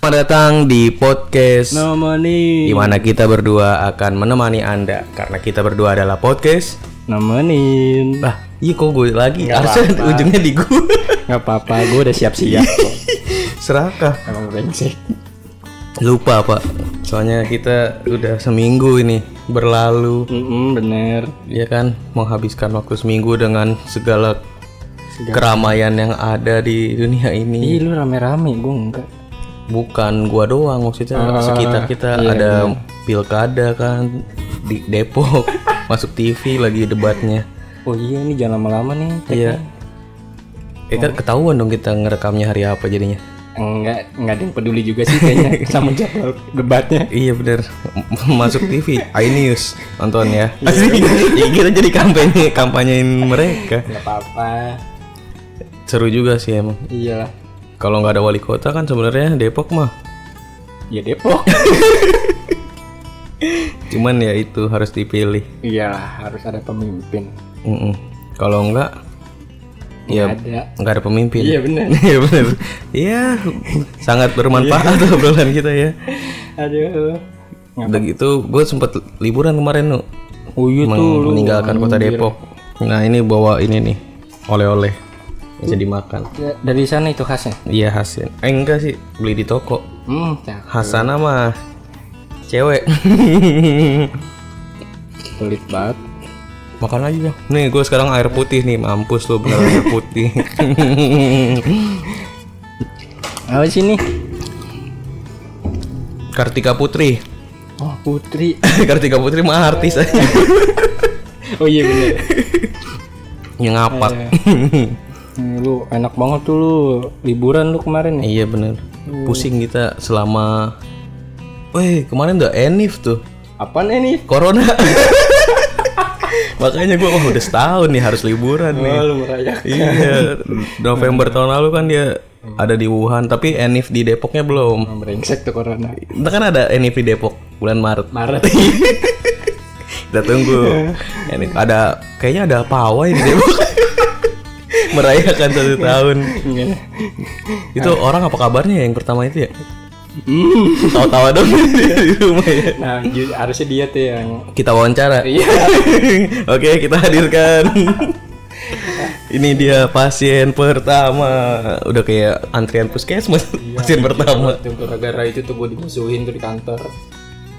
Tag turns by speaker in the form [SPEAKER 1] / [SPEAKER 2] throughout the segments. [SPEAKER 1] selamat datang di podcast
[SPEAKER 2] Nemeni
[SPEAKER 1] di mana kita berdua akan menemani Anda karena kita berdua adalah podcast.
[SPEAKER 2] Nemenin
[SPEAKER 1] Bah, iya kok gue lagi
[SPEAKER 2] Nggak
[SPEAKER 1] harusnya
[SPEAKER 2] apa-apa.
[SPEAKER 1] ujungnya di gue.
[SPEAKER 2] Gak apa-apa gue udah siap-siap kok
[SPEAKER 1] Serakah.
[SPEAKER 2] Emang brengsek
[SPEAKER 1] Lupa, Pak. Soalnya kita udah seminggu ini berlalu,
[SPEAKER 2] Mm-mm, bener
[SPEAKER 1] ya kan, menghabiskan waktu seminggu dengan segala keramaian yang ada di dunia ini.
[SPEAKER 2] Ih lu rame-rame gue enggak
[SPEAKER 1] Bukan gua doang maksudnya sekitar kita ada pilkada kan di Depok masuk TV lagi debatnya.
[SPEAKER 2] Oh iya ini jangan lama-lama nih
[SPEAKER 1] Iya. Eh kan ketahuan dong kita ngerekamnya hari apa jadinya.
[SPEAKER 2] Enggak, enggak ada yang peduli juga sih kayaknya sama jadwal debatnya
[SPEAKER 1] Iya bener masuk TV iNews nonton ya. Asli ya, kita jadi kampanye kampanyain mereka.
[SPEAKER 2] Gak apa-apa
[SPEAKER 1] Seru juga sih emang.
[SPEAKER 2] Iyalah
[SPEAKER 1] Kalau nggak ada wali kota kan sebenarnya Depok mah.
[SPEAKER 2] Ya Depok
[SPEAKER 1] Cuman ya itu harus dipilih.
[SPEAKER 2] Iyalah harus ada pemimpin
[SPEAKER 1] Mm-mm. Kalau nggak ya
[SPEAKER 2] Ada
[SPEAKER 1] nggak ada pemimpin.
[SPEAKER 2] Iya bener
[SPEAKER 1] Iya benar. Iya, sangat bermanfaat obrolan kita ya.
[SPEAKER 2] Aduh
[SPEAKER 1] Udah gitu, gue sempat liburan kemarin tuh
[SPEAKER 2] Oh iya
[SPEAKER 1] Gitu,
[SPEAKER 2] tuh lu
[SPEAKER 1] meninggalkan kota Depok. Nah ini bawa ini nih, oleh-oleh bisa dimakan.
[SPEAKER 2] Ya, Dari sana itu khasnya
[SPEAKER 1] Iya Hasan. Eh enggak sih, beli di toko.
[SPEAKER 2] Hmm cakep
[SPEAKER 1] Hasan mah cewek.
[SPEAKER 2] Pelit banget
[SPEAKER 1] Makan aja dong. Nih gue sekarang air putih nih, mampus lu bener air putih.
[SPEAKER 2] Apa sih nih?
[SPEAKER 1] Kartika Putri.
[SPEAKER 2] Oh Putri
[SPEAKER 1] Kartika Putri mah artis aja.
[SPEAKER 2] Oh iya bener
[SPEAKER 1] Yang ngapak.
[SPEAKER 2] Hmm, Lu enak banget tuh lu Liburan lu kemarin ya
[SPEAKER 1] Iya bener Pusing kita selama Weh kemarin udah enif tuh
[SPEAKER 2] Apaan ini?
[SPEAKER 1] Corona Makanya gua wah udah setahun nih harus liburan nih
[SPEAKER 2] Oh lu merayakan
[SPEAKER 1] Iya November tahun lalu kan dia ada di Wuhan Tapi enif di Depoknya belum
[SPEAKER 2] Brengsek tuh corona
[SPEAKER 1] Ntar kan ada enif di Depok bulan Maret
[SPEAKER 2] Maret
[SPEAKER 1] Kita tunggu Enif ada Kayaknya ada pawai di Depok Merayakan satu tahun
[SPEAKER 2] Iya.
[SPEAKER 1] Itu orang apa kabarnya yang pertama itu ya? Tawa-tawa dong di rumah ya
[SPEAKER 2] Nah ju- harusnya dia tuh yang
[SPEAKER 1] kita wawancara.
[SPEAKER 2] Iya
[SPEAKER 1] Oke, kita hadirkan. Ini dia pasien pertama. Udah kayak antrian puskesmas.
[SPEAKER 2] Iya.
[SPEAKER 1] pasien pertama.
[SPEAKER 2] Tuh, Gara-gara itu tuh gue dimusuhin tuh di kantor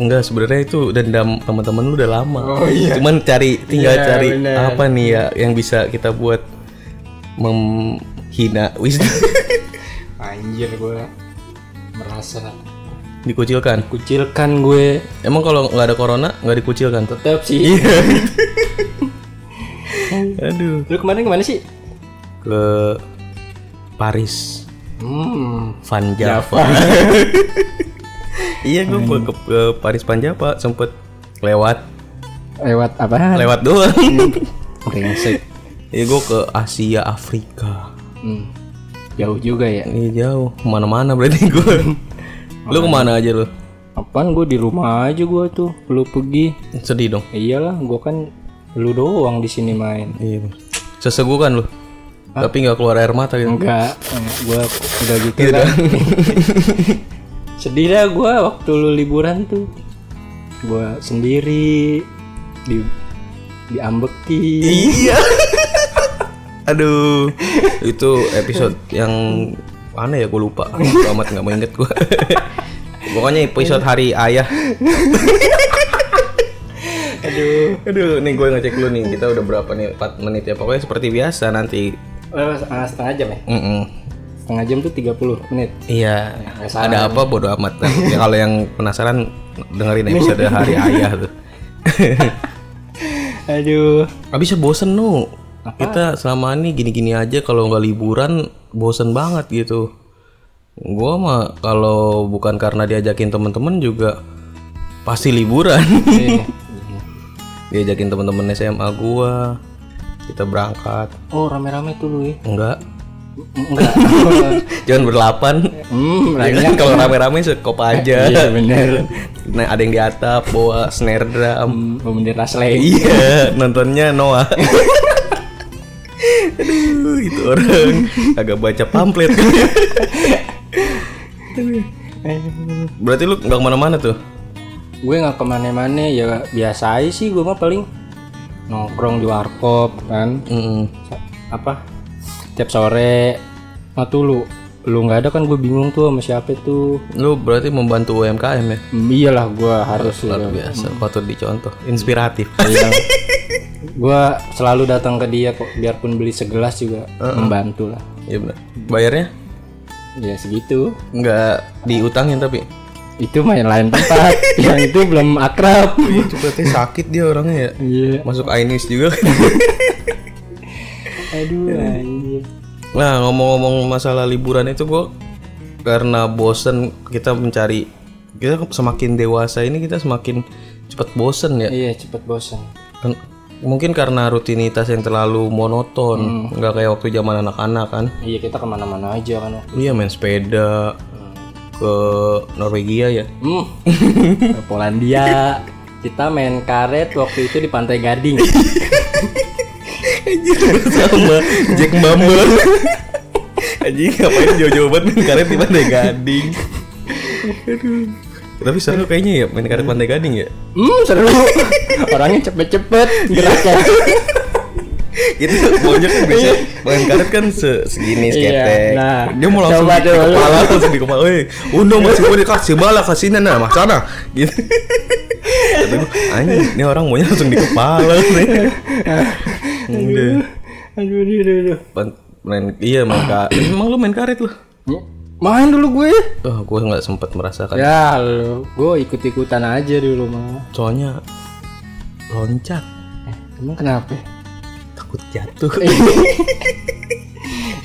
[SPEAKER 1] Enggak, sebenarnya itu dendam teman-teman lu udah lama.
[SPEAKER 2] Oh, iya.
[SPEAKER 1] Cuman cari tinggal
[SPEAKER 2] Iya,
[SPEAKER 1] cari
[SPEAKER 2] bener.
[SPEAKER 1] apa nih ya yang bisa kita buat menghina wisnu
[SPEAKER 2] Anjir gue Merasa
[SPEAKER 1] dikucilkan.
[SPEAKER 2] Kucilkan gue
[SPEAKER 1] Emang kalau nggak ada corona nggak dikucilkan tuh.
[SPEAKER 2] Tetep sih
[SPEAKER 1] Iya. Aduh.
[SPEAKER 2] Lu kemarin kemana sih?
[SPEAKER 1] Ke Paris.
[SPEAKER 2] Hmm
[SPEAKER 1] Van Java. iya gue ke, ke Paris Van Java sempet lewat
[SPEAKER 2] Lewat apa?
[SPEAKER 1] lewat doang.
[SPEAKER 2] Brengsek
[SPEAKER 1] Iya gue ke Asia Afrika.
[SPEAKER 2] hmm. Jauh juga ya
[SPEAKER 1] Ini jauh kemana-mana berarti gue. lu kemana aja lu?
[SPEAKER 2] Apaan gue di rumah aja gue tuh Lu pergi
[SPEAKER 1] Sedih dong.
[SPEAKER 2] Iyalah, gue kan lu doang di sini main.
[SPEAKER 1] Iya. Sesegukan lu. Tapi nggak keluar air mata gitu.
[SPEAKER 2] Enggak, gue udah gitu kan. Sedih dah gue waktu lu liburan tuh. Gue sendiri di diambeki.
[SPEAKER 1] Iya. Aduh, itu episode yang mana ya gue lupa. Bodo amat nggak mau inget gue. Pokoknya episode hari ayah.
[SPEAKER 2] Aduh.
[SPEAKER 1] Aduh, nih gue ngecek dulu nih. Kita udah berapa nih? 4 menit ya. Pokoknya seperti biasa nanti.
[SPEAKER 2] Eh, setengah, setengah jam ya?
[SPEAKER 1] Mm-mm.
[SPEAKER 2] Setengah jam tuh 30 menit.
[SPEAKER 1] Iya.
[SPEAKER 2] nggak
[SPEAKER 1] Ada apa bodo amat. Nah, ya, kalau yang penasaran dengerin episode hari ayah tuh.
[SPEAKER 2] Aduh.
[SPEAKER 1] Abisnya bosen nu. Kita selama ini gini-gini aja kalau nggak liburan bosen banget gitu. Gua mah kalau bukan karena diajakin temen-temen juga pasti liburan.
[SPEAKER 2] Iya.
[SPEAKER 1] diajakin temen-temen SMA gua. Kita berangkat.
[SPEAKER 2] oh, rame-rame tuh lu ya.
[SPEAKER 1] Enggak.
[SPEAKER 2] Enggak.
[SPEAKER 1] Jangan berlapan.
[SPEAKER 2] hmm,
[SPEAKER 1] Ya
[SPEAKER 2] lagi.
[SPEAKER 1] kan, kalau rame-rame sekop aja.
[SPEAKER 2] Iya, bener.
[SPEAKER 1] Nah, ada yang di atap bawa snare drum.
[SPEAKER 2] Hmm, Bendera slay.
[SPEAKER 1] Iya, nontonnya Noah. gitu Aduh, itu orang agak baca pamflet. Berarti lu nggak kemana-mana tuh?
[SPEAKER 2] gue nggak kemana-mana ya biasa aja sih gue mah paling nongkrong di warkop kan
[SPEAKER 1] Mm-mm.
[SPEAKER 2] apa tiap sore nah tuh lu lu nggak ada kan gue bingung tuh sama siapa tuh
[SPEAKER 1] Lu berarti membantu UMKM ya?
[SPEAKER 2] Hmm, iyalah gue harus ya.
[SPEAKER 1] Luar biasa, patut dicontoh. Inspiratif.
[SPEAKER 2] gue selalu datang ke dia kok biarpun beli segelas juga membantu lah
[SPEAKER 1] Iya benar. Bayarnya
[SPEAKER 2] ya segitu
[SPEAKER 1] nggak diutangin tapi.
[SPEAKER 2] itu main lain tempat yang itu belum akrab
[SPEAKER 1] Itu berarti sakit dia orangnya ya.
[SPEAKER 2] iya
[SPEAKER 1] Masuk Ainis juga.
[SPEAKER 2] aduh anjir
[SPEAKER 1] nah ngomong-ngomong masalah liburan itu gue karena bosen kita mencari kita semakin dewasa ini kita semakin cepat bosen ya.
[SPEAKER 2] iya cepet bosan
[SPEAKER 1] Kan- mungkin karena rutinitas yang terlalu monoton, nggak kayak waktu zaman anak-anak kan.
[SPEAKER 2] iya kita kemana-mana aja kan
[SPEAKER 1] Iya main sepeda ke Norwegia ya.
[SPEAKER 2] hmm. ke Polandia kita main karet waktu itu di Pantai Gading
[SPEAKER 1] sama Jack Bumble Anjing ngapain jauh-jauh banget main karet di Pantai Gading Tapi seru kayaknya ya main karet Pantai Gading ya
[SPEAKER 2] hmm seru orangnya cepet-cepet geraknya
[SPEAKER 1] Itu maunya kan biasa main karet kan se- segini
[SPEAKER 2] Iya,
[SPEAKER 1] seketek
[SPEAKER 2] nah.
[SPEAKER 1] Dia mau langsung
[SPEAKER 2] Coba
[SPEAKER 1] di
[SPEAKER 2] dulu.
[SPEAKER 1] kepala langsung di kepala Weh undang masih gue dikasih bala kasih nana mas sana Gitu Kata gue anjing ini orang maunya langsung di kepala Udah
[SPEAKER 2] aduh aduh aduh, aduh.
[SPEAKER 1] Pan- main, Iya main karet Emang lu main karet lu?
[SPEAKER 2] main dulu gue
[SPEAKER 1] Oh, gue nggak sempat merasakan
[SPEAKER 2] ya lu gue ikut-ikutan aja dulu mah
[SPEAKER 1] soalnya loncat
[SPEAKER 2] Eh, emang kenapa
[SPEAKER 1] takut jatuh
[SPEAKER 2] Iya.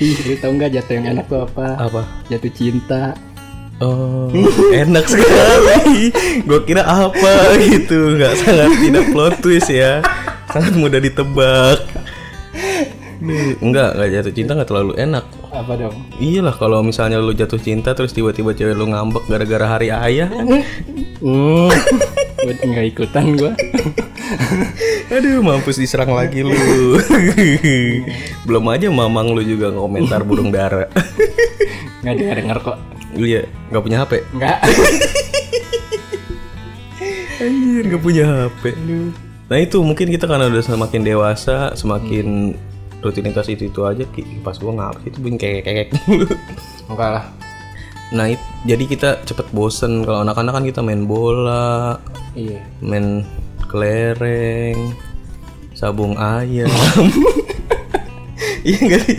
[SPEAKER 2] Ih, lu tau nggak jatuh yang enak tuh apa?
[SPEAKER 1] apa
[SPEAKER 2] Jatuh cinta.
[SPEAKER 1] oh enak sekali gue kira apa gitu nggak sangat tidak plot twist ya sangat mudah ditebak Enggak, enggak jatuh cinta nggak terlalu enak
[SPEAKER 2] Apa dong?
[SPEAKER 1] Iyalah kalau misalnya lu jatuh cinta terus tiba-tiba cewek lu ngambek gara-gara hari kan? ayah
[SPEAKER 2] Hmm, gue nggak ikutan gue.
[SPEAKER 1] Aduh mampus diserang lagi lu Belum aja mamang lu juga komentar burung dara
[SPEAKER 2] Nggak denger denger kok.
[SPEAKER 1] Iya, nggak punya HP
[SPEAKER 2] Nggak.
[SPEAKER 1] Anjir gak punya HP Nah itu mungkin kita karena udah semakin dewasa Semakin rutinitas itu itu aja ki- Pas gua ngapa sih itu bunyi kekek mulu
[SPEAKER 2] Enggak lah.
[SPEAKER 1] Nah it- jadi kita cepet bosen Kalau anak-anak kan kita main bola
[SPEAKER 2] Iya.
[SPEAKER 1] Main kelereng Sabung ayam Iya gak sih?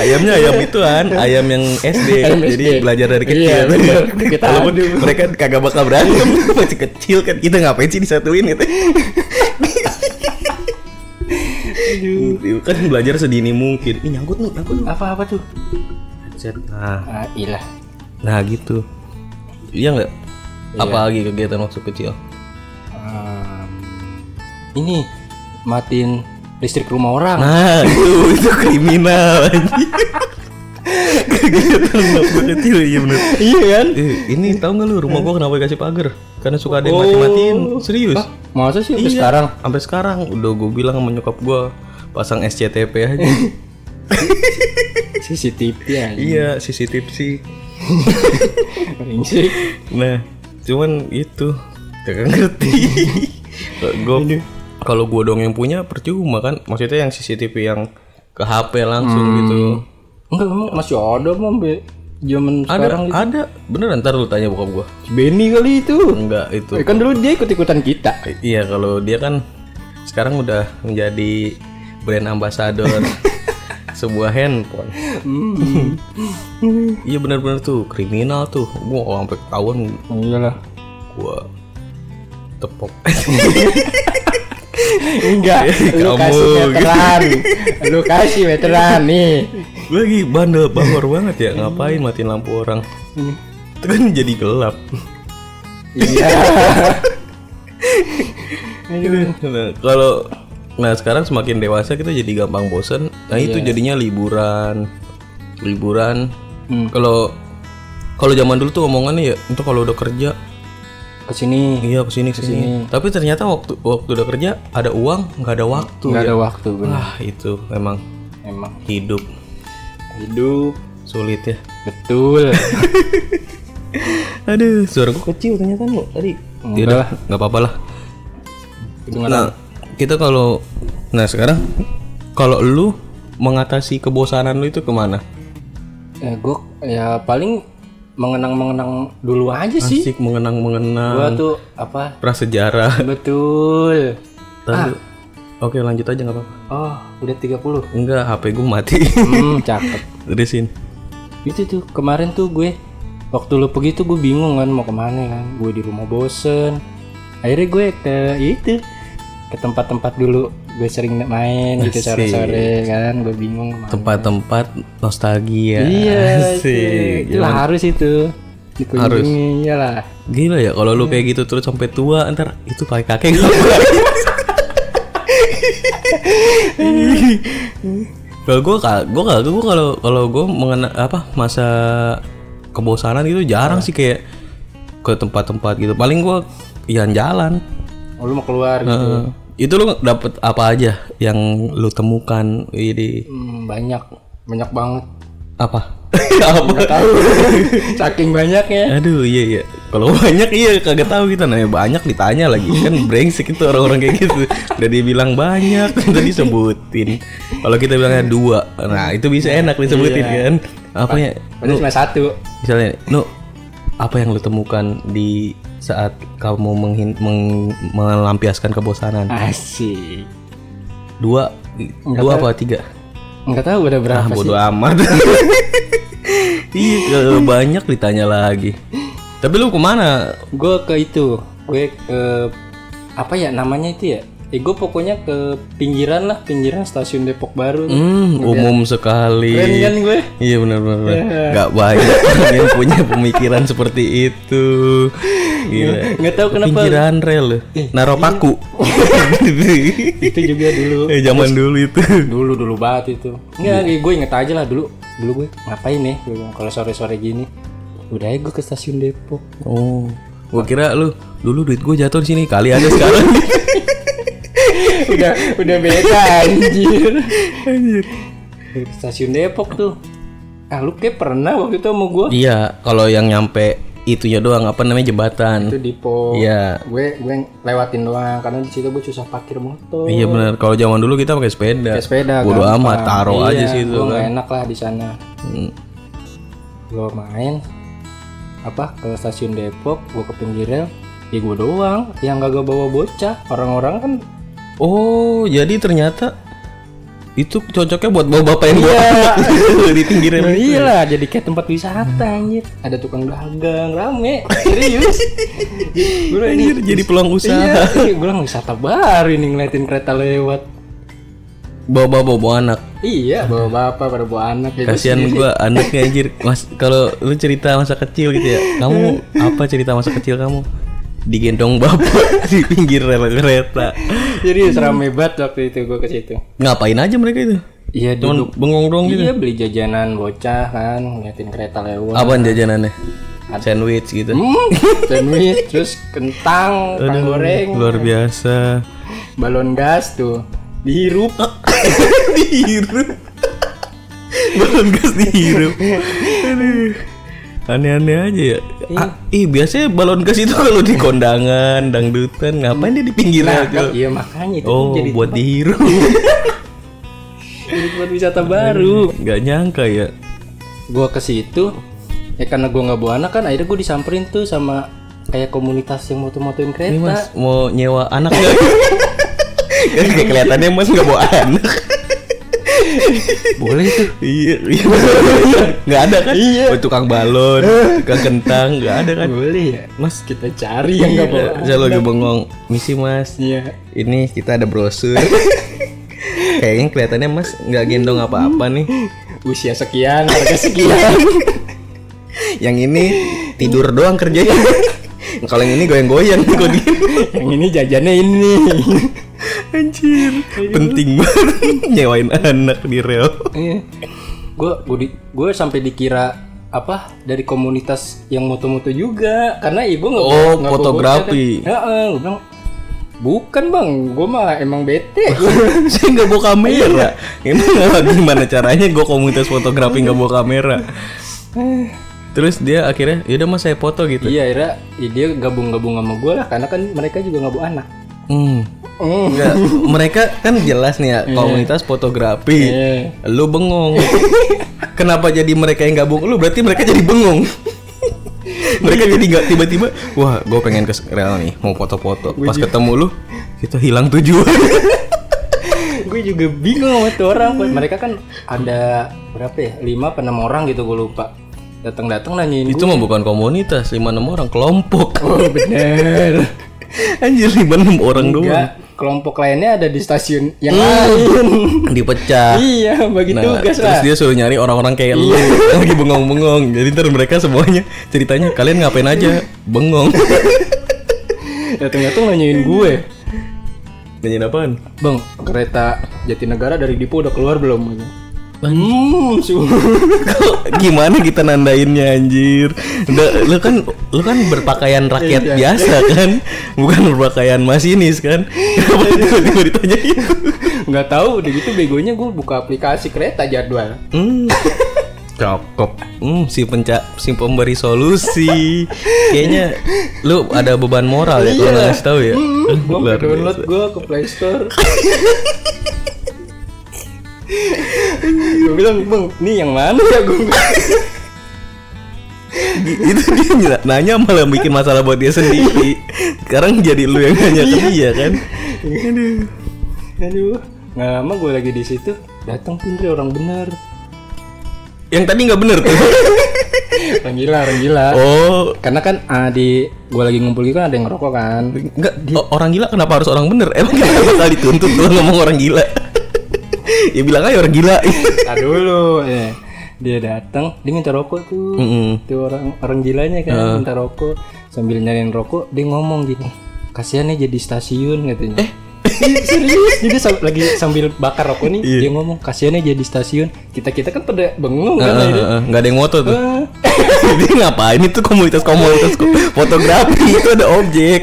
[SPEAKER 1] Ayamnya ayam ituan, ayam yang SD,
[SPEAKER 2] Ayam
[SPEAKER 1] jadi
[SPEAKER 2] SD.
[SPEAKER 1] belajar dari
[SPEAKER 2] Iya,
[SPEAKER 1] kecil.
[SPEAKER 2] bener. Kita
[SPEAKER 1] Walaupun mereka kagak bakal berantem masih kecil kan kita ngapain sih disatuin gitu. kan belajar sedini mungkin. Ih nyangkut nih, nyangkut. nih.
[SPEAKER 2] Apa apa tuh?
[SPEAKER 1] Set. Nah,
[SPEAKER 2] Ah, ilah.
[SPEAKER 1] nah gitu. Iya nggak? Apa lagi kegiatan waktu kecil?
[SPEAKER 2] Em, Ehm, ini matiin listrik rumah orang.
[SPEAKER 1] Nah, itu itu kriminal. anjing. kegiatan waktu kecil iya bener.
[SPEAKER 2] iya kan?
[SPEAKER 1] Eh, ini tahu nggak lu rumah gua kenapa dikasih pagar? Karena suka ada yang mati-matiin. Serius?
[SPEAKER 2] Masa sih sampai sekarang?
[SPEAKER 1] Sampai sekarang udah gue bilang sama nyokap gue pasang SCTV aja.
[SPEAKER 2] CCTV aja.
[SPEAKER 1] iya, CCTV sih.
[SPEAKER 2] Ringsik.
[SPEAKER 1] Nah, cuman itu kagak ngerti. gue kalau gue dong yang punya percuma kan. Maksudnya yang CCTV yang ke HP langsung gitu.
[SPEAKER 2] Enggak, emang masih ada mah Be. Zaman
[SPEAKER 1] Ada,
[SPEAKER 2] sekarang gitu.
[SPEAKER 1] ada. Beneran ntar lu tanya bokap gue.
[SPEAKER 2] Benny kali itu.
[SPEAKER 1] Enggak itu.
[SPEAKER 2] Eh, kan dulu dia ikut-ikutan kita.
[SPEAKER 1] I- Iya kalau dia kan sekarang udah menjadi brand ambassador sebuah handphone. Iya benar-benar tuh kriminal tuh. Gua kalau sampai ketahuan
[SPEAKER 2] Iyalah.
[SPEAKER 1] gua tepok.
[SPEAKER 2] Enggak, lu
[SPEAKER 1] Kamu,
[SPEAKER 2] kasih
[SPEAKER 1] gitu.
[SPEAKER 2] veteran. lu kasih veteran nih.
[SPEAKER 1] Gua lagi bandel bangor banget ya ngapain matiin lampu orang. Itu kan jadi gelap.
[SPEAKER 2] Iya.
[SPEAKER 1] Nah, kalau nah sekarang semakin dewasa kita jadi gampang bosen. Nah itu jadinya liburan, liburan. Kalau kalau zaman dulu tuh omongannya ya untuk kalau udah kerja
[SPEAKER 2] Kesini
[SPEAKER 1] iya kesini kesini. Tapi ternyata waktu waktu udah kerja ada uang nggak ada waktu.
[SPEAKER 2] nggak ada waktu bener.
[SPEAKER 1] Ah itu memang
[SPEAKER 2] Emang
[SPEAKER 1] hidup
[SPEAKER 2] hidup
[SPEAKER 1] sulit ya.
[SPEAKER 2] betul.
[SPEAKER 1] Aduh, suara gua kecil ternyata lu tadi.
[SPEAKER 2] Enggak
[SPEAKER 1] Tidak,
[SPEAKER 2] lah.
[SPEAKER 1] nggak apa-apa lah.
[SPEAKER 2] Hitungan
[SPEAKER 1] Nah, kita kalau nah sekarang kalau lu mengatasi kebosanan lu itu kemana?
[SPEAKER 2] eh, gue ya paling mengenang-mengenang dulu aja sih.
[SPEAKER 1] Asik mengenang-mengenang
[SPEAKER 2] Gua tuh apa?
[SPEAKER 1] prasejarah. Ah.
[SPEAKER 2] Betul.
[SPEAKER 1] Tadi. Oke, lanjut aja nggak apa-apa.
[SPEAKER 2] Oh, udah 30.
[SPEAKER 1] Enggak, HP gua mati.
[SPEAKER 2] Hmm, cakep.
[SPEAKER 1] Terusin.
[SPEAKER 2] Itu tuh kemarin tuh gue waktu lu pergi tuh gue bingung kan mau kemana kan. Gue di rumah bosen. Akhirnya gue ke itu ke tempat-tempat dulu gue sering main gitu sore-sore kan. Gue bingung kemana.
[SPEAKER 1] Tempat-tempat nostalgia.
[SPEAKER 2] Iya,
[SPEAKER 1] Asik.
[SPEAKER 2] itu, itu harus itu. Dikunjungi, iya iyalah.
[SPEAKER 1] Gila ya kalau lu kayak gitu terus sampai tua ntar itu kakek kakek Kalau gue kal, gue kal, gue kalau kalau gue mengena apa masa kebosanan gitu jarang sih kayak ke tempat-tempat gitu. Paling gue jalan-jalan.
[SPEAKER 2] Oh, lu mau keluar gitu.
[SPEAKER 1] Eh, itu lu dapet apa aja yang lu temukan ini
[SPEAKER 2] Hmm, banyak, banyak banget.
[SPEAKER 1] apa? apa?
[SPEAKER 2] Saking banyaknya.
[SPEAKER 1] Aduh iya iya Kalau banyak iya kagak tahu kita Nanya banyak ditanya lagi Kan brengsek itu orang-orang kayak gitu Udah dibilang banyak Tadi sebutin Kalau kita bilangnya dua Nah itu bisa enak disebutin kan Apa ya
[SPEAKER 2] Padahal cuma satu.
[SPEAKER 1] Misalnya Nu Apa yang lu temukan di saat kamu menghin- meng- melampiaskan kebosanan
[SPEAKER 2] Asik.
[SPEAKER 1] Dua Dua apa tiga
[SPEAKER 2] Enggak tahu ada
[SPEAKER 1] Ah
[SPEAKER 2] berapa sih.
[SPEAKER 1] bodo amat Iya kalau banyak ditanya lagi Tapi lu kemana
[SPEAKER 2] Gue ke itu, gue ke apa ya namanya itu ya? Eh, gue pokoknya ke pinggiran lah, pinggiran stasiun Depok Baru.
[SPEAKER 1] Hmm, umum sekali.
[SPEAKER 2] Keren kan gue?
[SPEAKER 1] Iya benar-benar. Gak banyak orang yang punya pemikiran seperti itu. Gila.
[SPEAKER 2] Nggak tahu kenapa. iya.
[SPEAKER 1] Pinggiran rel. loh. Naropaku.
[SPEAKER 2] itu juga dulu.
[SPEAKER 1] eh zaman dulu itu.
[SPEAKER 2] Dulu dulu banget itu. Enggak, gue inget aja lah dulu. Dulu gue ngapain nih? Gue bilang, Kalau sore-sore gini, udah ya gue ke stasiun Depok.
[SPEAKER 1] Oh, gua kira lu dulu duit gua jatuh di sini kali aja sekarang.
[SPEAKER 2] udah udah beda anjir Ke stasiun Depok tuh ah lu kayak pernah waktu itu sama gue
[SPEAKER 1] iya, kalau yang nyampe itunya doang apa namanya jembatan.
[SPEAKER 2] itu di po
[SPEAKER 1] Iya.
[SPEAKER 2] gue gue lewatin doang karena di situ gue susah parkir motor
[SPEAKER 1] Iya benar. Kalau zaman dulu kita pakai sepeda.
[SPEAKER 2] Pakai sepeda Iya.
[SPEAKER 1] Bodoh Ya, amat, taruh aja Hmm. sih itu. kan.
[SPEAKER 2] gue nggak enak lah di sana gue main apa ke stasiun Depok gue ke pinggir rel ya gue doang yang gak bawa bocah orang-orang kan
[SPEAKER 1] Oh, jadi ternyata itu cocoknya buat bawa bapak yang
[SPEAKER 2] Iya.
[SPEAKER 1] bawa di pinggir
[SPEAKER 2] Nah,
[SPEAKER 1] rel.
[SPEAKER 2] iya lah, jadi kayak tempat wisata
[SPEAKER 1] Hmm.
[SPEAKER 2] anjir. Ada tukang dagang rame. Nah, Serius. gue ini
[SPEAKER 1] Anjir, jadi peluang usaha.
[SPEAKER 2] iya, gue bilang wisata baru ini ngeliatin kereta lewat.
[SPEAKER 1] Bawa bawa bawa, bawa anak.
[SPEAKER 2] Iya, bawa bapak pada bawa anak ya.
[SPEAKER 1] Kasihan gua anaknya anjir. Mas kalau lu cerita masa kecil gitu ya. Kamu apa cerita masa kecil kamu? Digendong bapak di pinggir rel kereta.
[SPEAKER 2] Serius rame banget waktu itu gue ke situ.
[SPEAKER 1] Ngapain aja mereka itu?
[SPEAKER 2] Iya,
[SPEAKER 1] Cuman
[SPEAKER 2] duduk.
[SPEAKER 1] bengong doang gitu.
[SPEAKER 2] Iya, beli jajanan bocah kan, ngeliatin kereta lewat.
[SPEAKER 1] Apaan jajanannya? Sandwich gitu.
[SPEAKER 2] Hmm, sandwich, terus kentang, kentang goreng,
[SPEAKER 1] Luar biasa.
[SPEAKER 2] balon gas tuh. Dihirup.
[SPEAKER 1] Ah, dihirup balon gas dihirup Aduh. aneh-aneh aja ya
[SPEAKER 2] Iya.
[SPEAKER 1] Ah, ih biasanya balon gas itu kalau di kondangan dangdutan ngapain dia di pinggir
[SPEAKER 2] Nah,
[SPEAKER 1] aja?
[SPEAKER 2] kan- iya makanya itu
[SPEAKER 1] oh
[SPEAKER 2] jadi
[SPEAKER 1] buat dihirup
[SPEAKER 2] jadi tempat wisata baru.
[SPEAKER 1] nggak nyangka ya
[SPEAKER 2] gua ke situ ya karena gua nggak bawa anak kan akhirnya gua disamperin tuh sama kayak komunitas yang moto-motoin
[SPEAKER 1] ini
[SPEAKER 2] kereta
[SPEAKER 1] Iya, mas mau nyewa anak nggak Kan kayak kelihatannya mas nggak bawa anak
[SPEAKER 2] boleh tuh
[SPEAKER 1] iya iya nggak ada kan
[SPEAKER 2] Iya.
[SPEAKER 1] Oh, tukang balon tukang kentang nggak ada kan
[SPEAKER 2] boleh ya
[SPEAKER 1] mas
[SPEAKER 2] kita cari yang Iya, nggak bawa
[SPEAKER 1] saya Iya, lagi bengong misi mas
[SPEAKER 2] iya
[SPEAKER 1] ini kita ada brosur kayaknya kelihatannya mas nggak gendong apa-apa nih
[SPEAKER 2] usia sekian harga sekian
[SPEAKER 1] yang ini tidur doang kerjanya kalau yang ini goyang-goyang nih kok dia.
[SPEAKER 2] yang ini jajannya ini
[SPEAKER 1] anjir penting banget nyewain anak di rel
[SPEAKER 2] Iya. gua gua, di- gua sampai dikira apa dari komunitas yang moto-moto juga karena ibu nggak
[SPEAKER 1] Oh,
[SPEAKER 2] bawa- nggak bawa
[SPEAKER 1] fotografi.
[SPEAKER 2] bocah kan. Heeh, gua bilang bukan bang gua mah emang bete
[SPEAKER 1] saya nggak bawa kamera
[SPEAKER 2] Iya.
[SPEAKER 1] ini gimana caranya gue komunitas fotografi nggak bawa kamera Terus dia akhirnya, yaudah mas saya foto gitu.
[SPEAKER 2] Eh. Iya, akhirnya ya dia gabung-gabung sama gue lah, karena kan mereka juga nggak bawa anak.
[SPEAKER 1] Hmm.
[SPEAKER 2] Hmm.
[SPEAKER 1] Enggak, mereka kan jelas nih ya komunitas fotografi.
[SPEAKER 2] Iya.
[SPEAKER 1] Lu bengong. Kenapa jadi mereka yang gabung lu? Berarti mereka jadi bengong. mereka jadi nggak tiba-tiba, wah, gue pengen ke rel nih, mau foto-foto. Pas ketemu lu, kita hilang tujuan.
[SPEAKER 2] gue juga bingung sama tuh orang. Pak. Mereka kan ada berapa ya? Lima apa enam orang gitu gue lupa. Datang-datang nanyain
[SPEAKER 1] Itu mah bukan komunitas, 5 6 orang kelompok.
[SPEAKER 2] gue. Bener.
[SPEAKER 1] Anjir 5 6 orang doang.
[SPEAKER 2] Enggak, kelompok lainnya ada di stasiun yang lain.
[SPEAKER 1] Dipecah.
[SPEAKER 2] iya, bagi
[SPEAKER 1] Hmm. Nah, terus
[SPEAKER 2] tugas lah.
[SPEAKER 1] dia
[SPEAKER 2] Iya.
[SPEAKER 1] suruh nyari orang-orang kayak lu yang lagi bengong-bengong. Jadi ntar mereka semuanya ceritanya kalian ngapain aja? Bengong.
[SPEAKER 2] Datang-datang Ya, nanyain gue.
[SPEAKER 1] Nanyain apaan?
[SPEAKER 2] Bang, kereta Jatinegara dari Dipo udah keluar belum? Hmm, su-
[SPEAKER 1] Gimana kita nandainnya anjir? Udah, lu kan lu kan berpakaian rakyat
[SPEAKER 2] Iya.
[SPEAKER 1] biasa kan, bukan berpakaian masinis kan? Kenapa
[SPEAKER 2] Iya.
[SPEAKER 1] tiba-tiba ditanya itu?
[SPEAKER 2] nggak tahu udah gitu begonya gue buka aplikasi kereta jadwal
[SPEAKER 1] Hmm. Cakep. Hmm, si penca si pemberi solusi. Kayaknya lu ada beban moral ya
[SPEAKER 2] Iya.
[SPEAKER 1] kalau nggak ngasih tahu ya.
[SPEAKER 2] gue
[SPEAKER 1] Luar
[SPEAKER 2] download
[SPEAKER 1] biasa.
[SPEAKER 2] gue ke Play Store gue bilang bang ini yang mana ya gue
[SPEAKER 1] itu dia nanya- nanya malah bikin masalah buat dia sendiri. Sekarang jadi lu yang nanya ke dia kan.
[SPEAKER 2] aduh nggak lama gue lagi di situ datang tuh Ndre, orang bener
[SPEAKER 1] Yang tadi nggak bener tuh.
[SPEAKER 2] orang gila orang gila
[SPEAKER 1] Oh,
[SPEAKER 2] karena kan ah, di gue lagi ngumpul gitu kan ada yang ngerokok kan
[SPEAKER 1] Enggak, o- Oh, orang gila kenapa harus orang bener? Emang kita bakal dituntut tuh ngomong orang gila? ya bilang aja orang gila.
[SPEAKER 2] Ntar Nah, dulu ya. dia datang dia minta rokok tuh
[SPEAKER 1] Mm-mm.
[SPEAKER 2] itu orang orang gilanya kan minta rokok sambil nyariin rokok dia ngomong gini kasihan nih jadi stasiun katanya Iya, serius jadi sam- lagi sambil bakar rokok nih dia ngomong kasihan nih jadi stasiun kita kita kan pada bengong kan
[SPEAKER 1] Heeh,
[SPEAKER 2] akhirnya.
[SPEAKER 1] heeh, Nggak ada yang moto tuh.
[SPEAKER 2] Ah,
[SPEAKER 1] Jadi ngapain itu komunitas-komunitas ko- fotografi itu ada objek.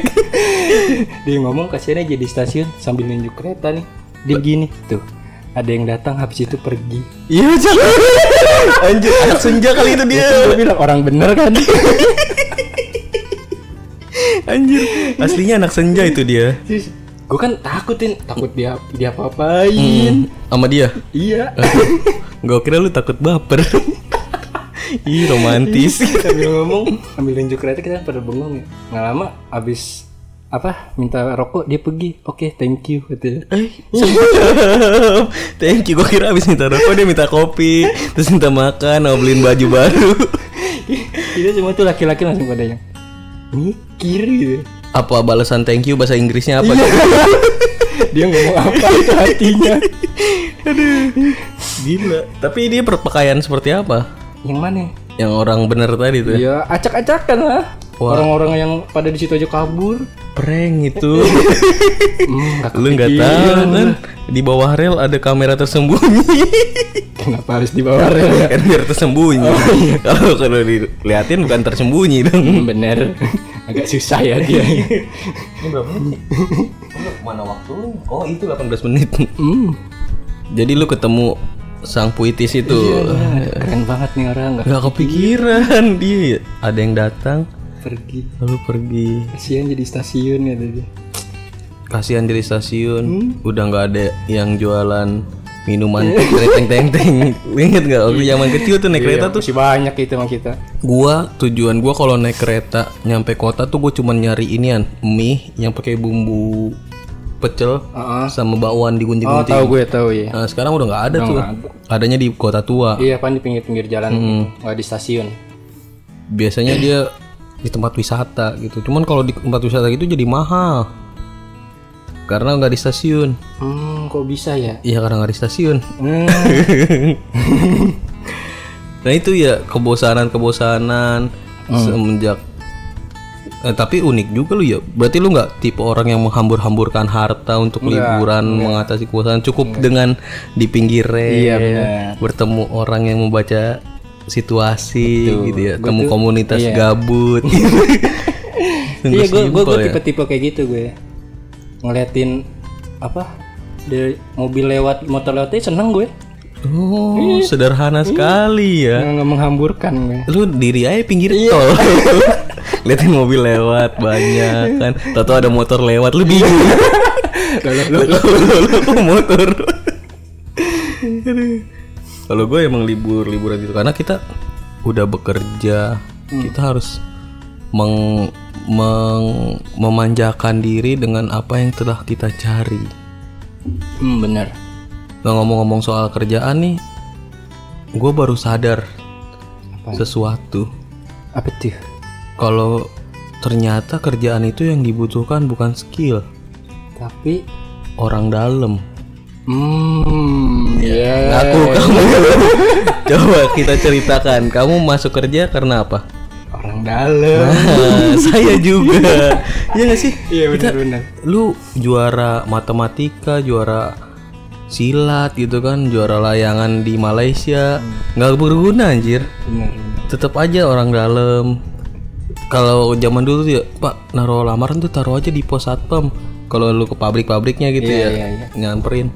[SPEAKER 2] dia ngomong kasihan nih jadi stasiun sambil nunjuk kereta nih dia begini tuh ada yang datang habis itu pergi
[SPEAKER 1] Iya jangan. Anjir, anak senja kali itu dia.
[SPEAKER 2] Dia bilang orang bener kan
[SPEAKER 1] Anjir, aslinya anak senja itu dia.
[SPEAKER 2] gue kan takutin takut dia dia apain
[SPEAKER 1] Sama dia.
[SPEAKER 2] iya
[SPEAKER 1] Gua kira lu takut baper. Ih, romantis.
[SPEAKER 2] sambil ngomong sambil nunjuk kereta kita pada bengong ya nggak lama abis apa minta rokok dia pergi oke thank you gitu
[SPEAKER 1] Eh. Thank you, gue kira abis minta rokok dia minta kopi Terus minta makan, mau beliin baju baru
[SPEAKER 2] kita semua tuh laki-laki langsung pada yang mikir gitu
[SPEAKER 1] Apa balasan thank you bahasa Inggrisnya apa?
[SPEAKER 2] dia ngomong Iya, apa itu hatinya
[SPEAKER 1] Gila Tapi dia berpakaian seperti apa?
[SPEAKER 2] yang mana
[SPEAKER 1] Yang orang bener tadi tuh ya?
[SPEAKER 2] ya acak-acakan lah orang-orang yang pada di situ aja kabur
[SPEAKER 1] Prank itu
[SPEAKER 2] hmm, nggak
[SPEAKER 1] Lu gak
[SPEAKER 2] kepikiran.
[SPEAKER 1] tahu kan Di bawah rel ada kamera tersembunyi
[SPEAKER 2] kenapa harus dibawa rel ya
[SPEAKER 1] Kan biar tersembunyi Kalau kalau diliatin bukan tersembunyi dong
[SPEAKER 2] Hmm, bener agak susah ya dia
[SPEAKER 1] Ini berapa menit? Mana waktu? Oh itu 18 menit
[SPEAKER 2] hmm,
[SPEAKER 1] Jadi lu ketemu sang puitis itu
[SPEAKER 2] keren banget nih orang nggak
[SPEAKER 1] Gak kepikiran dia Ada yang datang
[SPEAKER 2] pergi
[SPEAKER 1] Lalu pergi
[SPEAKER 2] kasihan jadi stasiun ya tadi
[SPEAKER 1] Kasihan dari stasiun Udah gak ada yang jualan minuman teng teng teng Ingat gak waktu zaman kecil tuh naik kereta tuh
[SPEAKER 2] masih banyak itu sama kita
[SPEAKER 1] Gua tujuan gua kalau naik kereta nyampe kota tuh gue cuman nyari inian mie yang pakai bumbu pecel sama bakwan
[SPEAKER 2] oh
[SPEAKER 1] digunting-gunting.
[SPEAKER 2] tahu gue tahu ya
[SPEAKER 1] Nah, sekarang udah nggak ada tuh. Adanya di kota tua.
[SPEAKER 2] iya pan di pinggir-pinggir jalan gitu. nggak di stasiun
[SPEAKER 1] biasanya dia di tempat wisata gitu cuman kalau di tempat wisata itu jadi mahal karena nggak di stasiun
[SPEAKER 2] hmm kok bisa ya
[SPEAKER 1] iya karena nggak di stasiun
[SPEAKER 2] hmm,
[SPEAKER 1] nah itu ya kebosanan kebosanan semenjak Eh, tapi unik juga lu ya berarti lu nggak tipe orang yang menghambur-hamburkan harta untuk liburan mengatasi kebosanan cukup dengan di pinggir rel bertemu orang yang membaca situasi gitu ya temu komunitas gabut
[SPEAKER 2] iya gue gue gue tipe-tipe kayak gitu gue ngeliatin apa dari mobil lewat motor lewatnya seneng gue
[SPEAKER 1] Oh, sederhana sekali ya.
[SPEAKER 2] nggak nggak menghamburkan gue
[SPEAKER 1] Lu diri aja pinggir tol. Liatin mobil lewat banyak kan. Tahu ada motor lewat lu bingung. Iya. lu, lu, lu- lu motor. Aduh. Kalau gue emang libur liburan gitu karena kita udah bekerja, kita harus meng, meng- memanjakan diri dengan apa yang telah kita cari.
[SPEAKER 2] hmm, bener
[SPEAKER 1] Nah, ngomong-ngomong soal kerjaan nih, gue baru sadar sesuatu.
[SPEAKER 2] apa tuh
[SPEAKER 1] Kalau ternyata kerjaan itu yang dibutuhkan bukan skill,
[SPEAKER 2] tapi
[SPEAKER 1] orang dalam.
[SPEAKER 2] hmm ya
[SPEAKER 1] Aku kamu. Coba kita ceritakan, kamu masuk kerja karena apa?
[SPEAKER 2] orang dalam
[SPEAKER 1] Ah, saya juga. Iya nggak sih?
[SPEAKER 2] iya bener bener
[SPEAKER 1] Lu juara matematika, juara silat gitu kan, juara layangan di Malaysia,
[SPEAKER 2] Hmm.
[SPEAKER 1] nggak berguna anjir.
[SPEAKER 2] bener
[SPEAKER 1] tetap aja orang dalam kalau zaman dulu tuh ya pak naruh lamaran tuh taruh aja di pos satpam kalau lu ke pabrik-pabriknya gitu ya
[SPEAKER 2] iya,
[SPEAKER 1] nyamperin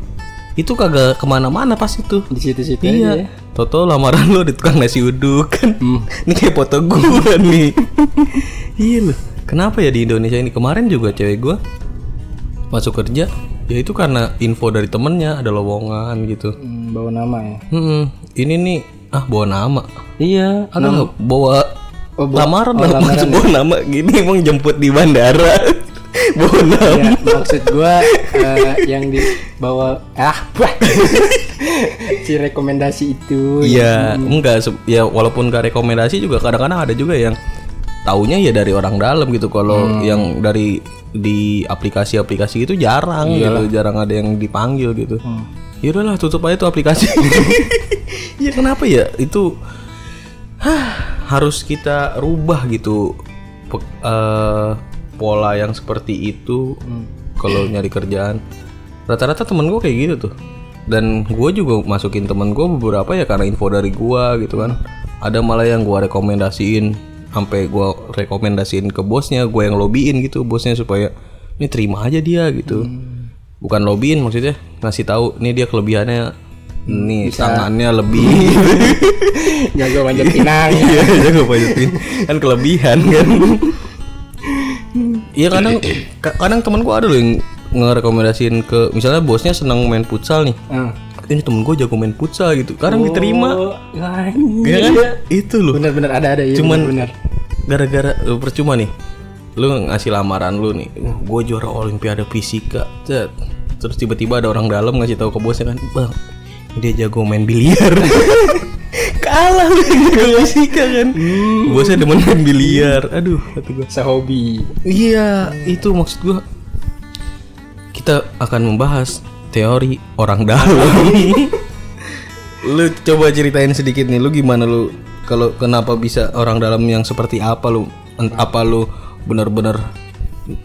[SPEAKER 1] itu kagak kemana-mana pas itu
[SPEAKER 2] di situ situ
[SPEAKER 1] iya
[SPEAKER 2] aja
[SPEAKER 1] toto lamaran lu di tukang nasi uduk kan
[SPEAKER 2] Hmm.
[SPEAKER 1] ini kayak foto gua nih iya loh kenapa ya di Indonesia ini kemarin juga cewek gua masuk kerja ya itu karena info dari temennya ada lowongan gitu
[SPEAKER 2] Hmm, bawa nama ya
[SPEAKER 1] Hmm, ini nih ah bawa nama
[SPEAKER 2] iya
[SPEAKER 1] ada nggak bawa
[SPEAKER 2] Oh,
[SPEAKER 1] lamaran ya? lah maksud bawa nama gini emang jemput di bandara bawa nama
[SPEAKER 2] Ya, maksud gua eh, yang dibawa ah bah. si rekomendasi itu
[SPEAKER 1] Iya, enggak se- ya walaupun gak rekomendasi juga kadang-kadang ada juga yang taunya ya dari orang dalam gitu kalau yang dari di aplikasi-aplikasi itu jarang gitu, jarang ada yang dipanggil gitu. Ya udahlah tutup aja tuh aplikasi. ya kenapa ya itu Hah, harus kita rubah gitu pe- eh, pola yang seperti itu kalau nyari kerjaan. Rata-rata temen gue kayak gitu tuh. Dan gue juga masukin temen gue beberapa ya karena info dari gue gitu kan. Ada malah yang gue rekomendasiin sampai gue rekomendasiin ke bosnya, gue yang lobbyin gitu bosnya supaya ini terima aja dia gitu. Bukan lobbyin maksudnya ngasih tahu nih dia kelebihannya nih tangannya lebih
[SPEAKER 2] jago manjat pinang
[SPEAKER 1] Iya, jago panjatin. Kan kelebihan kan. Iya kadang ka- kadang temen gua ada loh yang ngerekomendasiin ke misalnya bosnya senang main futsal nih.
[SPEAKER 2] Ah.
[SPEAKER 1] Ini temen gua jago main futsal gitu. Kadang diterima.
[SPEAKER 2] Oh,
[SPEAKER 1] Iya
[SPEAKER 2] anjir.
[SPEAKER 1] kan? Itu loh.
[SPEAKER 2] bener-bener ada ada ya
[SPEAKER 1] Cuman-
[SPEAKER 2] bener
[SPEAKER 1] Gara-gara eh, percuma nih. Lu ngasih lamaran lu nih. "Wah, Gua juara olimpiade fisika. Cet. Terus tiba-tiba ada orang dalam ngasih tahu ke bosnya kan, "Bang, dia jago main biliar." kalah lu yang jago fisika kan. Bosnya demen main biliar. Aduh, kata gua.
[SPEAKER 2] sehobi
[SPEAKER 1] Iya, itu maksud gua. Kita akan membahas teori orang dalam. lu coba ceritain sedikit nih, lu gimana lu kalau kenapa bisa orang dalam yang seperti apa lu? Ent- Apa lu bener-bener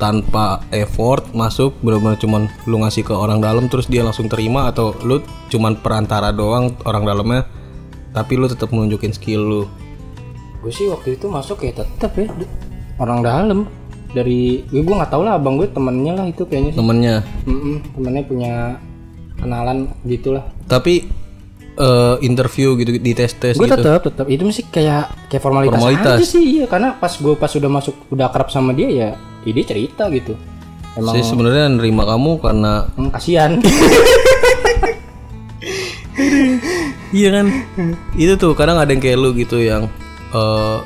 [SPEAKER 1] tanpa effort masuk bener-bener cuman lu ngasih ke orang dalam terus dia langsung terima atau lu cuman perantara doang orang dalamnya tapi lu tetap nunjukin skill lu
[SPEAKER 2] gue sih waktu itu masuk ya tetep ya d- orang dalam dari gue gue nggak tahu lah abang gue temennya lah itu kayaknya
[SPEAKER 1] temennya
[SPEAKER 2] Mm-mm, temennya punya kenalan gitulah
[SPEAKER 1] tapi eh, interview gitu di tes tes
[SPEAKER 2] gue tetep tetep itu sih kayak kayak formalitas,
[SPEAKER 1] Formalitas.
[SPEAKER 2] aja sih iya karena pas gue pas udah masuk udah akrab sama dia ya ya dia cerita gitu emang
[SPEAKER 1] Saya sebenarnya nerima kamu karena
[SPEAKER 2] mm, kasihan
[SPEAKER 1] iya kan itu tuh kadang ada yang kayak lu gitu yang eh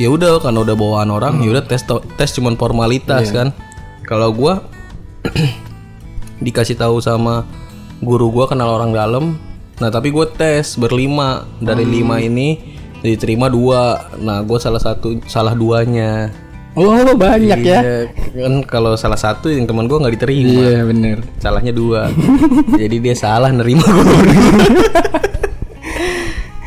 [SPEAKER 1] ya udah karena udah bawaan orang ya udah tes to- tes cuman formalitas kan kalau gua dikasih tahu sama guru gua kenal orang dalam nah tapi gue tes berlima dari lima ini diterima dua nah gue salah satu salah duanya
[SPEAKER 2] oh banyak
[SPEAKER 1] Iya,
[SPEAKER 2] ya
[SPEAKER 1] kan kalau salah satu yang teman gua nggak diterima
[SPEAKER 2] iya bener
[SPEAKER 1] salahnya dua jadi dia salah nerima gue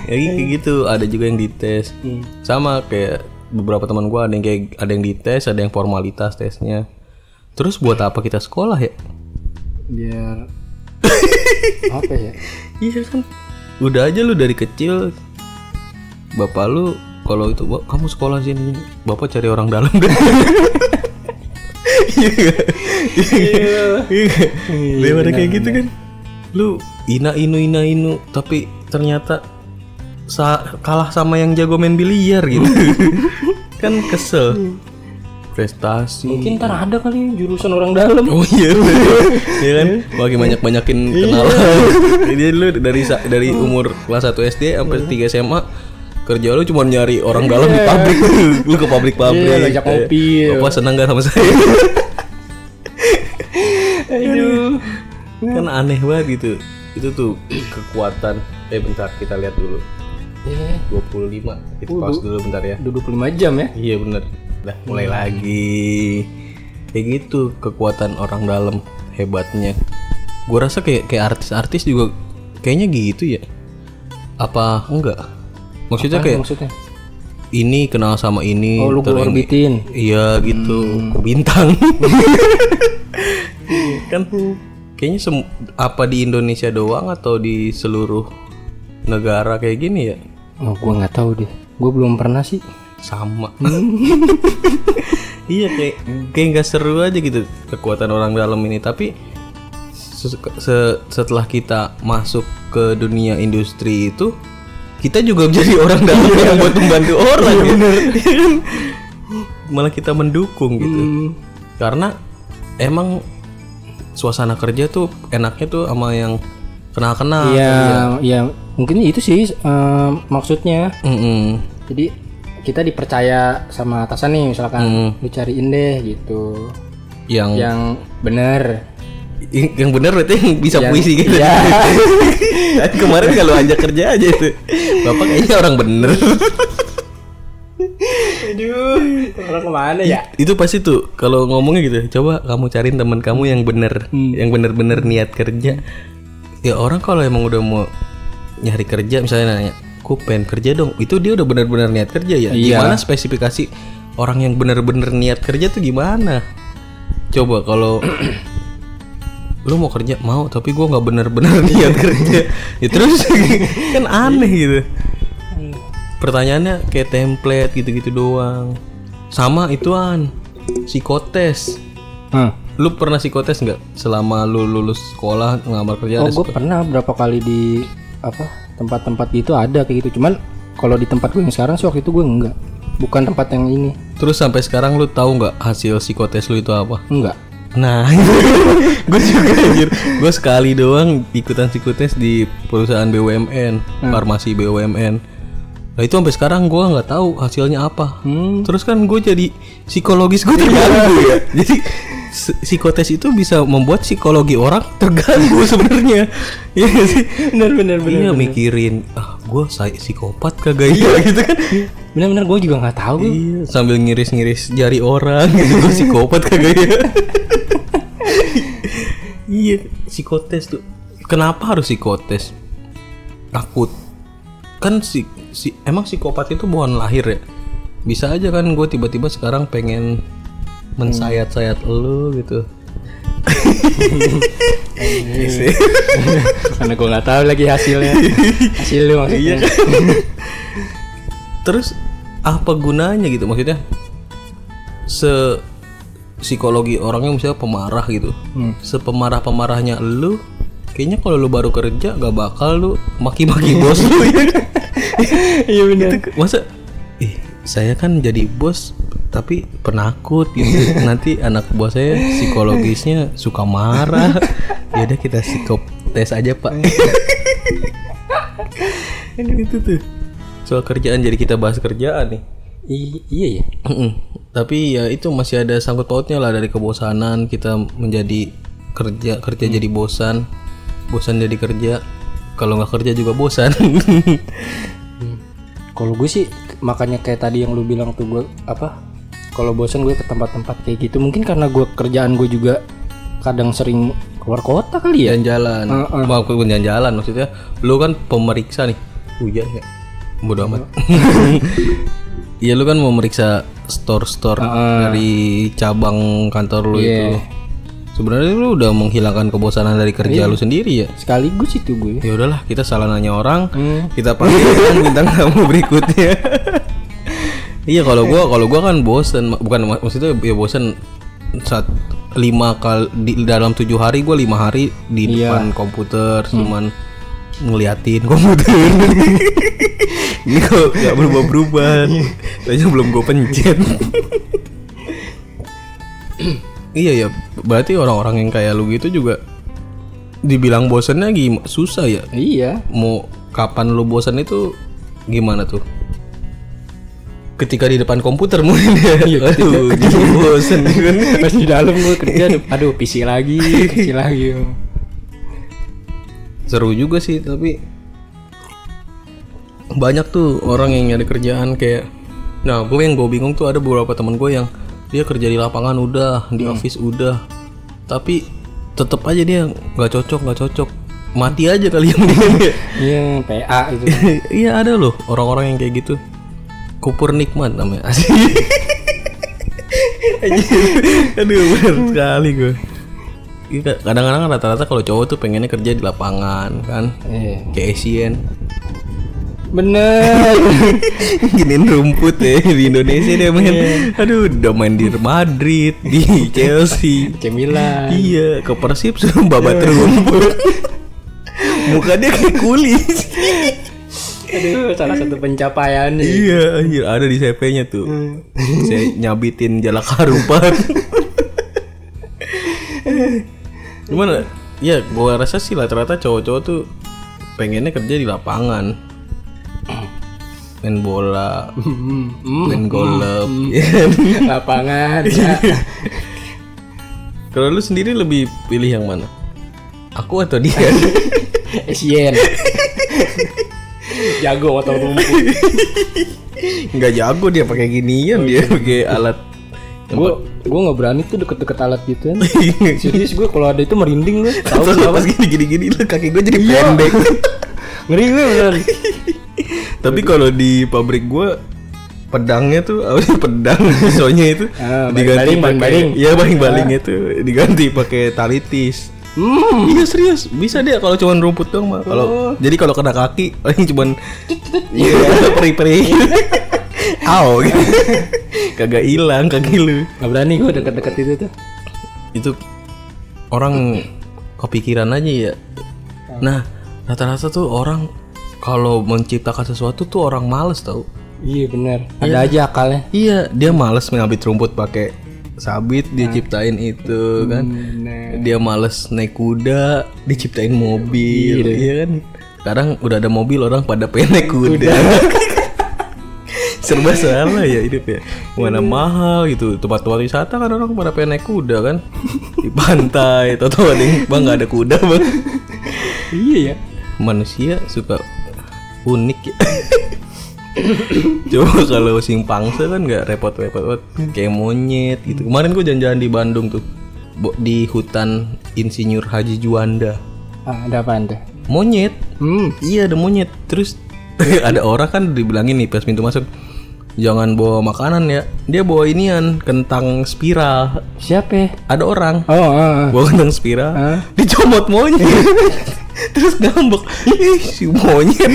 [SPEAKER 1] jadi kayak gitu ada juga yang dites sama kayak beberapa teman gua ada yang kayak ada yang dites ada yang formalitas tesnya terus buat apa kita sekolah ya
[SPEAKER 2] biar apa ya
[SPEAKER 1] iya kan udah aja lu dari kecil bapak lu kalau itu "Wah, kamu sekolah sini bapak cari orang dalam Iya deh Iya. Iya. Daripada kayak gitu kan. Lu ina inu ina inu tapi ternyata sa- kalah sama yang jago main biliar gitu kan kesel prestasi
[SPEAKER 2] Mungkin ntar ada kali jurusan orang dalam.
[SPEAKER 1] Oh iya, iya kan? Makin banyak banyakin
[SPEAKER 2] Iya.
[SPEAKER 1] kenal. Jadi lu dari sa- dari umur kelas 1 SD sampai 3 SMA kerja lu cuma nyari orang dalam di pabrik. lu ke pabrik-pabrik.
[SPEAKER 2] Iya, ngajak
[SPEAKER 1] Kayak,
[SPEAKER 2] ngopi, iya.
[SPEAKER 1] Bapak senang gak sama saya?
[SPEAKER 2] Aduh.
[SPEAKER 1] kan
[SPEAKER 2] Iya.
[SPEAKER 1] aneh banget gitu. Itu tuh kekuatan. Eh bentar kita lihat dulu.
[SPEAKER 2] Eh,
[SPEAKER 1] 25. Kita pause dulu bentar ya.
[SPEAKER 2] udah 25 jam ya.
[SPEAKER 1] Iya bener. Dah mulai
[SPEAKER 2] Hmm.
[SPEAKER 1] lagi. Kayak gitu kekuatan orang dalam hebatnya. Gue rasa kayak kayak artis-artis juga kayaknya gitu ya. Apa enggak? Maksudnya
[SPEAKER 2] Apa
[SPEAKER 1] kayak
[SPEAKER 2] maksudnya?
[SPEAKER 1] ini kenal sama ini.
[SPEAKER 2] Oh, lu Hmm.
[SPEAKER 1] ntar
[SPEAKER 2] gue
[SPEAKER 1] ini-
[SPEAKER 2] orbitin.
[SPEAKER 1] Iya gitu. Ke Bintang.
[SPEAKER 2] Iya,
[SPEAKER 1] kan kayaknya sem- apa di Indonesia doang atau di seluruh negara kayak gini ya?
[SPEAKER 2] Oh, gue nggak tahu deh. Gue belum pernah sih.
[SPEAKER 1] sama iya kayak kayak nggak seru aja gitu kekuatan orang dalam ini tapi se- se- setelah kita masuk ke dunia industri itu kita juga menjadi orang dalam yang buat membantu orang ya. Iya kan? malah kita mendukung gitu karena emang suasana kerja tuh enaknya tuh sama yang kenal-kenal
[SPEAKER 2] Iya, iya. Mungkin itu sih eh, maksudnya.
[SPEAKER 1] Mm-mm.
[SPEAKER 2] Jadi kita dipercaya sama atasan nih misalkan lu cariin deh gitu.
[SPEAKER 1] yang
[SPEAKER 2] Yang bener.
[SPEAKER 1] yang benar berarti yang bisa puisi gitu
[SPEAKER 2] Iya.
[SPEAKER 1] Tadi kemarin kalau ajak kerja aja itu. Bapak kayaknya orang bener.
[SPEAKER 2] Aduh, orang kemana ya?
[SPEAKER 1] itu pasti tuh kalau ngomongnya gitu. Coba kamu cariin teman kamu yang bener, yang bener-bener niat kerja. Ya orang kalau emang udah mau nyari kerja misalnya nanya, "Ku pengen kerja dong." Itu dia udah bener-bener niat kerja ya. Gimana spesifikasi orang yang bener-bener niat kerja tuh gimana? Coba kalau lu mau kerja mau tapi gua nggak bener-bener niat kerja ya terus kan aneh gitu pertanyaannya kayak template gitu-gitu doang sama ituan psikotes
[SPEAKER 2] Hmm.
[SPEAKER 1] lu pernah psikotes nggak selama lu lulus sekolah ngelamar kerja
[SPEAKER 2] Oh,
[SPEAKER 1] ada
[SPEAKER 2] gue pernah berapa kali di apa tempat-tempat gitu ada kayak gitu. Cuman kalau di tempat gue yang sekarang sih waktu itu gue enggak. Bukan tempat yang ini.
[SPEAKER 1] psik- terus sampai sekarang lu tahu nggak hasil psikotes lu itu apa
[SPEAKER 2] Enggak.
[SPEAKER 1] nah gue juga anjir gue sekali doang ikutan psikotes di perusahaan
[SPEAKER 2] Hmm.
[SPEAKER 1] BUMN farmasi BUMN nah itu sampai sekarang gua nggak tahu hasilnya apa
[SPEAKER 2] Hmm. Iya.
[SPEAKER 1] Terus kan gue jadi psikologis gue terganggu ya. Jadi s- psikotes itu bisa membuat psikologi orang terganggu sebenarnya. Iya nggak sih?
[SPEAKER 2] Bener bener bener.
[SPEAKER 1] Iya mikirin, ah gue say- psikopat kagak iya gitu kan.
[SPEAKER 2] Bener bener gue juga nggak tahu.
[SPEAKER 1] Iya, sambil ngiris-ngiris jari orang gitu gue psikopat kagak ya. iya, psikotes tuh. Kenapa harus psikotes? Takut. Kan si, si emang psikopat itu bukan lahir ya. Bisa aja kan gue tiba-tiba sekarang pengen mensayat-sayat lu gitu. Iya
[SPEAKER 2] Karena gue nggak tahu lagi hasilnya. Hasil lu maksudnya.
[SPEAKER 1] Terus apa gunanya gitu maksudnya? Se psikologi orangnya misalnya pemarah gitu. Sepemarah-pemarahnya lu kayaknya kalau lu baru kerja gak bakal lu maki-maki bos lu ya. kan?
[SPEAKER 2] Iya bener.
[SPEAKER 1] Itu ke- Masa ih saya kan jadi bos tapi penakut gitu. Nanti anak bos saya psikologisnya suka marah. ya udah kita psikop tes aja, Pak. Kan gitu tuh. Soal kerjaan jadi kita bahas kerjaan nih.
[SPEAKER 2] I- iya ya.
[SPEAKER 1] Mm-mm. Tapi ya itu masih ada sangkut pautnya lah dari kebosanan kita menjadi kerja kerja jadi bosan, bosan jadi kerja. Kalau nggak kerja juga bosan.
[SPEAKER 2] Kalau gue sih makanya kayak tadi yang lu bilang tuh gue apa? Kalau bosan gue ke tempat-tempat kayak gitu mungkin karena gue kerjaan gue juga kadang sering keluar kota kali ya.
[SPEAKER 1] jalan-jalan, Maaf, bukan jalan-jalan maksudnya. Lu kan pemeriksa nih, hujan nggak? Bodoh amat. Iya lu kan memeriksa store-store dari cabang kantor lu itu. Sebenarnya lu udah menghilangkan kebosanan dari kerja lu sendiri ya.
[SPEAKER 2] Sekaligus itu gue.
[SPEAKER 1] Ya udahlah, kita salah nanya orang.
[SPEAKER 2] Hmm.
[SPEAKER 1] kita panggil bintang tamu berikutnya iya kalau gua kalau gua kan bosen Ma- bukan mak- maksudnya ya bosen saat lima kali di dalam tujuh hari gue lima hari di
[SPEAKER 2] Iya.
[SPEAKER 1] depan komputer cuman ngeliatin komputer ini kok nggak berubah berubah
[SPEAKER 2] Iya.
[SPEAKER 1] kayaknya belum gue pencet iya ya berarti orang-orang yang kayak lu gitu juga dibilang bosannya gimana susah ya
[SPEAKER 2] Iya.
[SPEAKER 1] mau kapan lu bosan itu gimana tuh? Ketika di depan komputer mungkin ya. Aduh, jadi bosan kan.
[SPEAKER 2] Pas di dalam gue kerja, aduh, aduh PC lagi, PC lagi.
[SPEAKER 1] Seru juga sih, tapi banyak tuh orang yang nyari kerjaan kayak nah gue yang gue bingung tuh ada beberapa teman gue yang dia kerja di lapangan udah di office udah tapi tetap aja dia nggak cocok nggak cocok mati aja kali yang dia
[SPEAKER 2] Iya, PA itu.
[SPEAKER 1] iya ada loh orang-orang yang kayak gitu kupur nikmat namanya asik Anjir. aduh bener sekali gue Iya, ka- kadang-kadang rata-rata kalau cowok tuh pengennya kerja di lapangan kan
[SPEAKER 2] Iya.
[SPEAKER 1] kayak Asian
[SPEAKER 2] Bener.
[SPEAKER 1] giniin rumput ya di Indonesia dia main aduh udah main di Madrid di Chelsea
[SPEAKER 2] Cemilan.
[SPEAKER 1] iya ke Persib suruh babat rumput muka dia kayak kulis
[SPEAKER 2] Aduh, salah satu pencapaian nih.
[SPEAKER 1] Iya anjir ada di CP-nya tuh. Saya nyabitin jalak harupan. Cuman ya gua rasa sih rata-rata cowok-cowok tuh pengennya kerja di lapangan. Main bola,
[SPEAKER 2] Hmm,
[SPEAKER 1] main golf.
[SPEAKER 2] lapangan. ya.
[SPEAKER 1] Kalau lu sendiri lebih pilih yang mana? Aku atau dia?
[SPEAKER 2] Asian. Jago atau rumput.
[SPEAKER 1] Nggak jago dia pakai ginian, dia pakai alat.
[SPEAKER 2] Gue gue nggak berani tuh deket-deket alat gituan. Serius gue kalau ada itu merinding gue.
[SPEAKER 1] Tahu pas gini-gini lu kaki gue jadi pendek.
[SPEAKER 2] Ngeri gue beneran.
[SPEAKER 1] Tapi kalau di pabrik gua pedangnya tuh apa sih pedang pisaunya itu
[SPEAKER 2] Ah,
[SPEAKER 1] diganti pakai
[SPEAKER 2] baling-baling, baling-baling. Ah.
[SPEAKER 1] iya baling baling itu diganti pakai tali tis.
[SPEAKER 2] Hmm. Oh.
[SPEAKER 1] Iya serius bisa deh kalau cuman rumput dong mah. Kalau jadi kalau kena kaki paling cuman iya peri peri. Aw gitu. kagak hilang kaki lu.
[SPEAKER 2] Gak berani gue deket-deket itu tuh.
[SPEAKER 1] Itu orang kepikiran aja ya.
[SPEAKER 2] Ah.
[SPEAKER 1] Nah rata-rata tuh orang kalau menciptakan sesuatu tuh orang males tau.
[SPEAKER 2] Iya bener. Ada aja akalnya.
[SPEAKER 1] Iya, dia males ngabit rumput pakai sabit, dia ciptain itu kan. Dia males naik kuda, diciptain mobil, iya kan. Sekarang udah ada mobil orang pada pengen naik kuda. Serba salah ya hidup ya. Mana mahal gitu. Tempat-tempat wisata kan orang pada pengen naik kuda kan. Di pantai, tahu ada yang bang nggak ada kuda bang.
[SPEAKER 2] Iya ya.
[SPEAKER 1] Manusia suka unik ya. Coba kalau sing pangsa kan nggak repot-repot banget. kayak monyet gitu. Kemarin gue jalan-jalan di Bandung tuh Bo- di hutan Insinyur Haji Juanda.
[SPEAKER 2] Ah, ada apaan tuh?
[SPEAKER 1] Monyet.
[SPEAKER 2] Hmm.
[SPEAKER 1] Iya ada monyet. Terus ada orang kan dibilangin nih pas pintu masuk jangan bawa makanan ya. Dia bawa inian kentang spiral.
[SPEAKER 2] Siapa ya?
[SPEAKER 1] Ada orang
[SPEAKER 2] Oh, oh, oh.
[SPEAKER 1] bawa kentang spiral
[SPEAKER 2] Hah?
[SPEAKER 1] dicomot monyet Ah. terus ngambek ih si monyet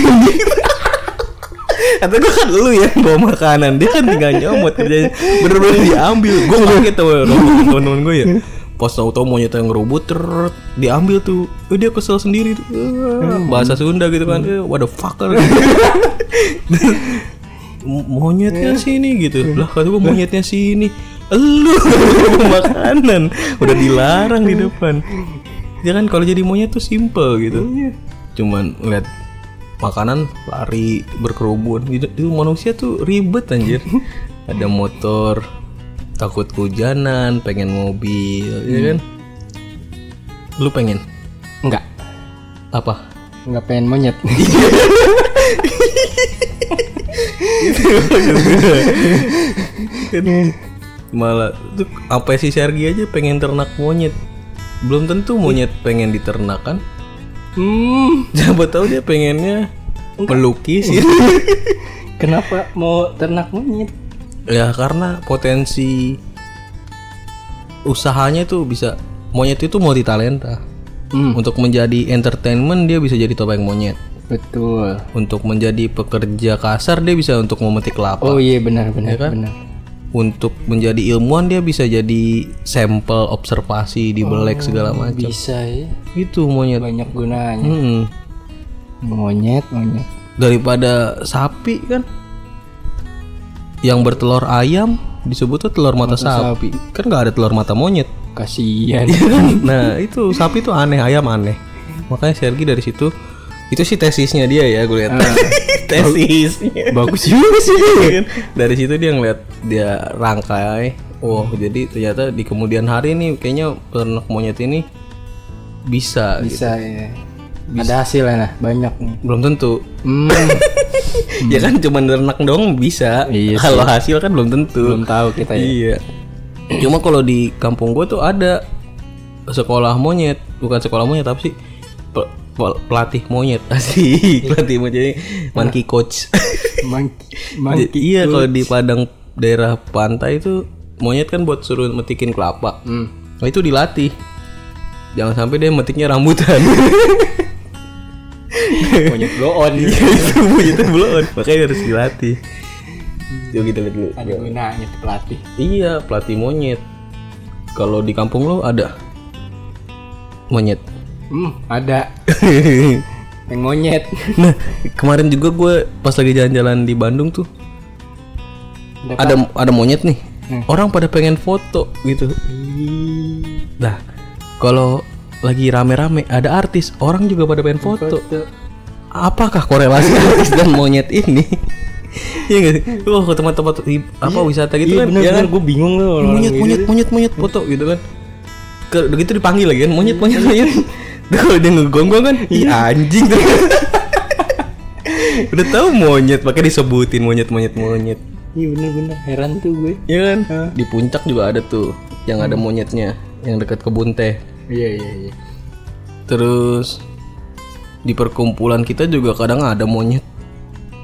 [SPEAKER 1] kata gue kan lu ya yang bawa makanan dia kan tinggal nyomot kerjanya bener-bener diambil gue kaget sama teman-teman gue ya pas tau tau monyet yang ngerubut terus diambil tuh Eh, dia kesel sendiri tuh. Eh, bahasa Sunda gitu kan Eh, what the fuck monyetnya sini gitu lah kata gue monyetnya sini lu makanan udah dilarang di depan ya kan kalau jadi monyet tuh simple gitu cuman lihat makanan lari berkerubun gitu itu manusia tuh ribet anjir ada motor takut kehujanan pengen mobil ya kan lu pengen
[SPEAKER 2] Enggak.
[SPEAKER 1] apa
[SPEAKER 2] Enggak pengen monyet.
[SPEAKER 1] malah tuh apa sih Sergi aja pengen ternak monyet belum tentu monyet pengen diternak kan
[SPEAKER 2] hmm.
[SPEAKER 1] siapa tahu dia pengennya melukis ya.
[SPEAKER 2] Kenapa mau ternak monyet?
[SPEAKER 1] ya karena potensi usahanya tuh bisa monyet itu multi talenta
[SPEAKER 2] Hmm.
[SPEAKER 1] untuk menjadi entertainment dia bisa jadi topeng monyet
[SPEAKER 2] Betul.
[SPEAKER 1] untuk menjadi pekerja kasar dia bisa untuk memetik kelapa
[SPEAKER 2] Oh iya benar benar
[SPEAKER 1] kan?
[SPEAKER 2] benar.
[SPEAKER 1] untuk menjadi ilmuwan dia bisa jadi sampel observasi
[SPEAKER 2] Oh,
[SPEAKER 1] di belek
[SPEAKER 2] iya.
[SPEAKER 1] segala macam
[SPEAKER 2] bisa ya
[SPEAKER 1] itu monyet Hmm.
[SPEAKER 2] banyak gunanya
[SPEAKER 1] Mm-mm.
[SPEAKER 2] monyet monyet
[SPEAKER 1] daripada sapi kan yang bertelur ayam disebutnya telur mata, sapi. kan nggak ada telur mata monyet
[SPEAKER 2] kasihan
[SPEAKER 1] nah itu sapi tuh aneh ayam aneh makanya Sergi dari situ itu sih tesisnya dia ya gue lihat tesisnya
[SPEAKER 2] bagus juga sih
[SPEAKER 1] Kan? dari situ dia ngeliat dia rangkai oh jadi ternyata di kemudian hari nih kayaknya peternak monyet ini bisa
[SPEAKER 2] bisa ya ada hasilnya nah banyak nih
[SPEAKER 1] belum tentu
[SPEAKER 2] hmm,
[SPEAKER 1] ya kan cuma ternak dong bisa
[SPEAKER 2] Iya sih.
[SPEAKER 1] kalau hasil kan belum tentu
[SPEAKER 2] belum tahu kita ya
[SPEAKER 1] Iya. Cuma kalau di kampung gue tuh ada sekolah monyet, bukan sekolah monyet tapi sih Pe- pe- pelatih monyet asli pelatih monyet jadi monkey coach.
[SPEAKER 2] Monkey,
[SPEAKER 1] Jadi,
[SPEAKER 2] monkey.
[SPEAKER 1] iya kalau di padang daerah pantai itu monyet kan buat suruh metikin kelapa.
[SPEAKER 2] Hmm.
[SPEAKER 1] Nah itu dilatih. Jangan sampai dia metiknya rambutan.
[SPEAKER 2] monyet blow on
[SPEAKER 1] itu monyetnya belum. Makanya harus dilatih. Yuk kita lihat dulu.
[SPEAKER 2] ada gunanya tuh pelatih
[SPEAKER 1] Iya, pelatih monyet. Kalau di kampung lo ada monyet.
[SPEAKER 2] hmm ada yang monyet
[SPEAKER 1] nah, kemarin juga gue pas lagi jalan-jalan di Bandung tuh ada
[SPEAKER 2] Ada
[SPEAKER 1] ada monyet nih.
[SPEAKER 2] Hmm.
[SPEAKER 1] Orang pada pengen foto gitu. Nah, kalau lagi rame-rame ada artis, orang juga pada pengen foto.
[SPEAKER 2] tuh
[SPEAKER 1] Apakah korelasi artis dan monyet ini? Iya nggak sih? Lu ke tempat-tempat i- apa wisata gitu
[SPEAKER 2] iya
[SPEAKER 1] kan?
[SPEAKER 2] bener
[SPEAKER 1] ya kan?
[SPEAKER 2] bener gue bingung loh orang
[SPEAKER 1] monyet monyet monyet monyet foto gitu kan ke udah gitu dipanggil lagi kan monyet monyet monyet Tuh, kalau dia ngegonggong kan ih anjing tuh udah tahu monyet pakai disebutin monyet monyet monyet
[SPEAKER 2] iya bener bener heran tuh gue
[SPEAKER 1] ya kan di puncak juga ada tuh yang ada monyetnya yang dekat kebun teh
[SPEAKER 2] iya iya iya
[SPEAKER 1] terus di perkumpulan kita juga kadang ada monyet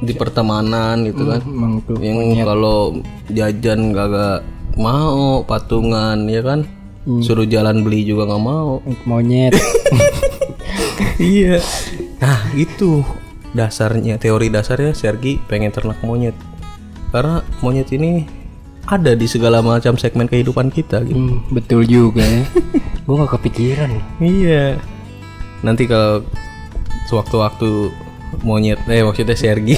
[SPEAKER 1] di pertemanan gitu kan
[SPEAKER 2] emang tuh
[SPEAKER 1] yang kalau jajan kagak mau patungan ya kan suruh jalan beli juga nggak mau
[SPEAKER 2] monyet
[SPEAKER 1] iya nah itu dasarnya teori dasarnya Sergi pengen ternak monyet karena monyet ini ada di segala macam segmen kehidupan kita gitu
[SPEAKER 2] Hmm, betul juga ya gue gak kepikiran loh.
[SPEAKER 1] iya nanti kalau sewaktu-waktu monyet eh maksudnya Sergi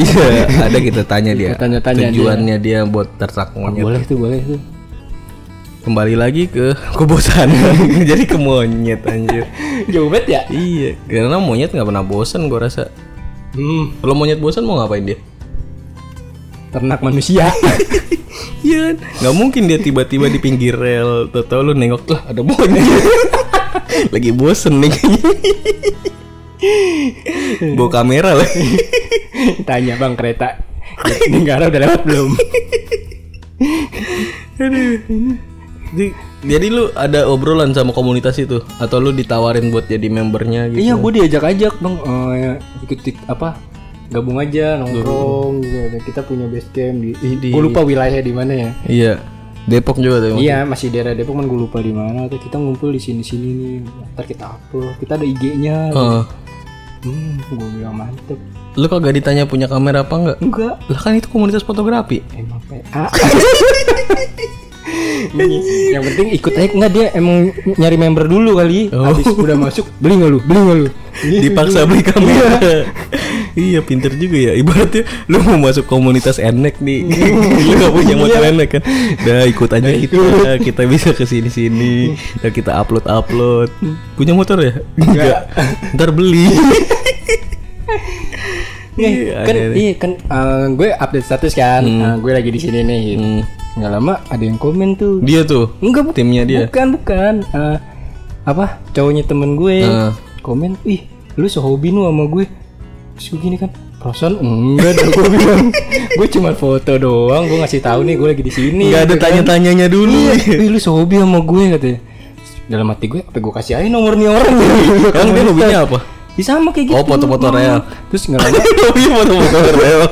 [SPEAKER 1] iya ada kita tanya dia
[SPEAKER 2] Kita tanya-tanya
[SPEAKER 1] tujuannya dia buat ternak monyet
[SPEAKER 2] boleh tuh boleh tuh
[SPEAKER 1] kembali lagi ke kebosanan jadi ke monyet anjir
[SPEAKER 2] jauh banget ya
[SPEAKER 1] iya karena monyet nggak pernah bosan gua rasa
[SPEAKER 2] hmm
[SPEAKER 1] kalau monyet bosan mau ngapain dia
[SPEAKER 2] ternak manusia
[SPEAKER 1] iya kan? nggak mungkin dia tiba-tiba di pinggir rel tau tau lu nengok lah ada monyet lagi bosen nih kayaknya bawa kamera lah
[SPEAKER 2] tanya bang kereta negara udah lewat belum
[SPEAKER 1] jadi, jadi lu ada obrolan sama komunitas itu atau lu ditawarin buat jadi membernya gitu
[SPEAKER 2] iya gue diajak ajak bang eh, ikut ik- apa gabung aja nongkrong gitu. Dan kita punya base camp di,
[SPEAKER 1] Di-
[SPEAKER 2] gue lupa wilayah di mana ya
[SPEAKER 1] iya Depok juga tuh
[SPEAKER 2] Iya masih daerah Depok kan gue lupa di mana. Tuh kita ngumpul di sini sini nih. Ntar kita upload. Kita ada IG-nya.
[SPEAKER 1] Heeh.
[SPEAKER 2] Hmm, gue bilang mantep.
[SPEAKER 1] lu kagak ditanya punya kamera apa enggak
[SPEAKER 2] Enggak,
[SPEAKER 1] Lah kan itu komunitas fotografi.
[SPEAKER 2] emang PA. Ini, yang penting ikut aja enggak dia emang nyari member dulu kali.
[SPEAKER 1] Oh.
[SPEAKER 2] Habis udah masuk beli nggak lu? Beli nggak lu? iya.
[SPEAKER 1] Dipaksa beli kamera. iya, pinter juga ya. Ibaratnya lu mau masuk komunitas enek nih.
[SPEAKER 2] Iya.
[SPEAKER 1] lu gak punya motor enek kan. Udah ikut aja kita. Kita bisa ke sini-sini. Udah kita upload-upload. Punya motor ya? Enggak. Ntar beli.
[SPEAKER 2] Nih, kan
[SPEAKER 1] ada-
[SPEAKER 2] iya kan eh, gue update status kan. Nah, gue lagi di sini nih. Gitu.
[SPEAKER 1] Hmm.
[SPEAKER 2] Nggak lama ada yang komen tuh.
[SPEAKER 1] Dia tuh
[SPEAKER 2] Enggak bu-
[SPEAKER 1] timnya dia.
[SPEAKER 2] Bukan bukan. Eh, apa cowoknya temen gue
[SPEAKER 1] Heeh.
[SPEAKER 2] komen, ih lu sehobi nu sama gue. Terus gue gini kan, perasaan enggak ada gue bilang. gue cuma foto doang, gue ngasih tahu nih gue lagi di sini.
[SPEAKER 1] Enggak ada
[SPEAKER 2] Gitu kan.
[SPEAKER 1] tanya-tanyanya dulu.
[SPEAKER 2] Ih lu sehobi sama gue katanya. Terus Dalam hati gue, apa gue kasih aja nomor nih orang
[SPEAKER 1] Kan dia hobinya apa?
[SPEAKER 2] Ih, sama kayak gitu.
[SPEAKER 1] Oh, foto-foto
[SPEAKER 2] Hmm.
[SPEAKER 1] real.
[SPEAKER 2] Terus nggak lama,
[SPEAKER 1] Hobinya foto-foto real.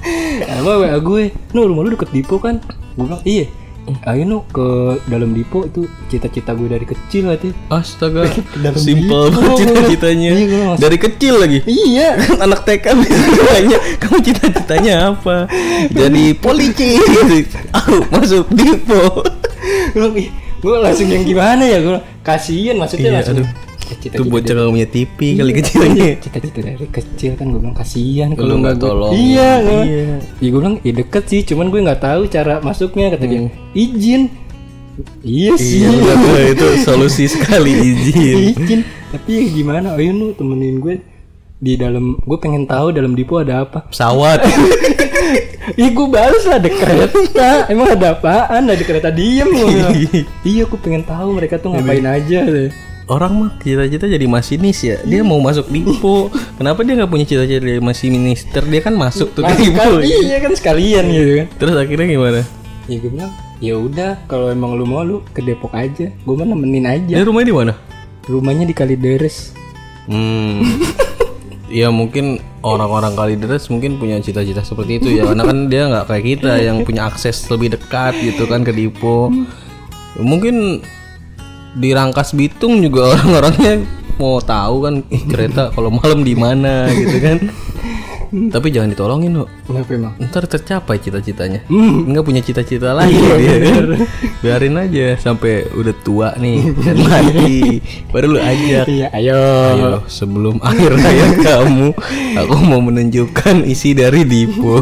[SPEAKER 2] Eh, nggak lama WA gue, nu rumah lu deket Dipo kan? Gue bilang, iya.
[SPEAKER 1] "Eh,
[SPEAKER 2] ayo nu ke dalam depo itu cita-cita gue dari kecil hati
[SPEAKER 1] Astaga,
[SPEAKER 2] dalam
[SPEAKER 1] simple
[SPEAKER 2] depo.
[SPEAKER 1] banget cita-citanya.
[SPEAKER 2] Iya, gua langsung-
[SPEAKER 1] Dari kecil lagi.
[SPEAKER 2] iya
[SPEAKER 1] Kan anak TK biasanya nanya, kamu cita-citanya apa? Jadi polisi. Aku masuk Dipo.
[SPEAKER 2] gue langsung yang gimana ya gue kasihan
[SPEAKER 1] Iya,
[SPEAKER 2] maksudnya langsung
[SPEAKER 1] aduh.
[SPEAKER 2] cita-cita
[SPEAKER 1] Itu bocah nggak punya TV kali kecilnya.
[SPEAKER 2] cita-cita dari kecil kan gue bilang kasihan kalau
[SPEAKER 1] nggak
[SPEAKER 2] gue-
[SPEAKER 1] tolong.
[SPEAKER 2] iya gua-
[SPEAKER 1] Iya.
[SPEAKER 2] ya gue bilang ya deket sih cuman gue nggak tahu cara masuknya kata dia izin iya sih
[SPEAKER 1] Hmm. Iya, benar, benar. itu solusi sekali izin.
[SPEAKER 2] izin tapi ya gimana ayo nu temenin gue di dalam gue pengen tahu dalam depo ada apa
[SPEAKER 1] Pesawat.
[SPEAKER 2] Ih gue balas lah ada kereta Emang ada apaan ada kereta diem gua bilang. Iya gue pengen tahu mereka tuh ngapain aja
[SPEAKER 1] Orang mah cita-cita jadi masinis ya. Dia mau masuk Dipo. Kenapa dia nggak punya cita-cita jadi minister? Dia kan masuk tuh ke
[SPEAKER 2] Masih
[SPEAKER 1] Dipo.
[SPEAKER 2] kan- Iya kan sekalian gitu kan
[SPEAKER 1] Terus akhirnya gimana?
[SPEAKER 2] Ya gue bilang ya udah kalau emang lu mau lu ke Depok aja Gue mah nemenin aja
[SPEAKER 1] Dia rumahnya di mana?
[SPEAKER 2] Rumahnya di Kalideres
[SPEAKER 1] Hmm. ya mungkin orang-orang Kalideres mungkin punya cita-cita seperti itu ya. Karena kan dia nggak kayak kita yang punya akses lebih dekat gitu kan ke Dipo. Mungkin di Rangkas Bitung juga orang-orangnya mau tahu kan ih, kereta kalau malam di mana gitu kan. Tapi jangan ditolongin loh.
[SPEAKER 2] Kenapa emang?
[SPEAKER 1] Ntar tercapai cita-citanya. Nggak punya cita-cita lagi dia kan. Biarin aja sampai udah tua nih dan mati. Baru lu ajak.
[SPEAKER 2] Iya ayo
[SPEAKER 1] Ayo, sebelum akhir hayat kamu, aku mau menunjukkan isi dari Dipo.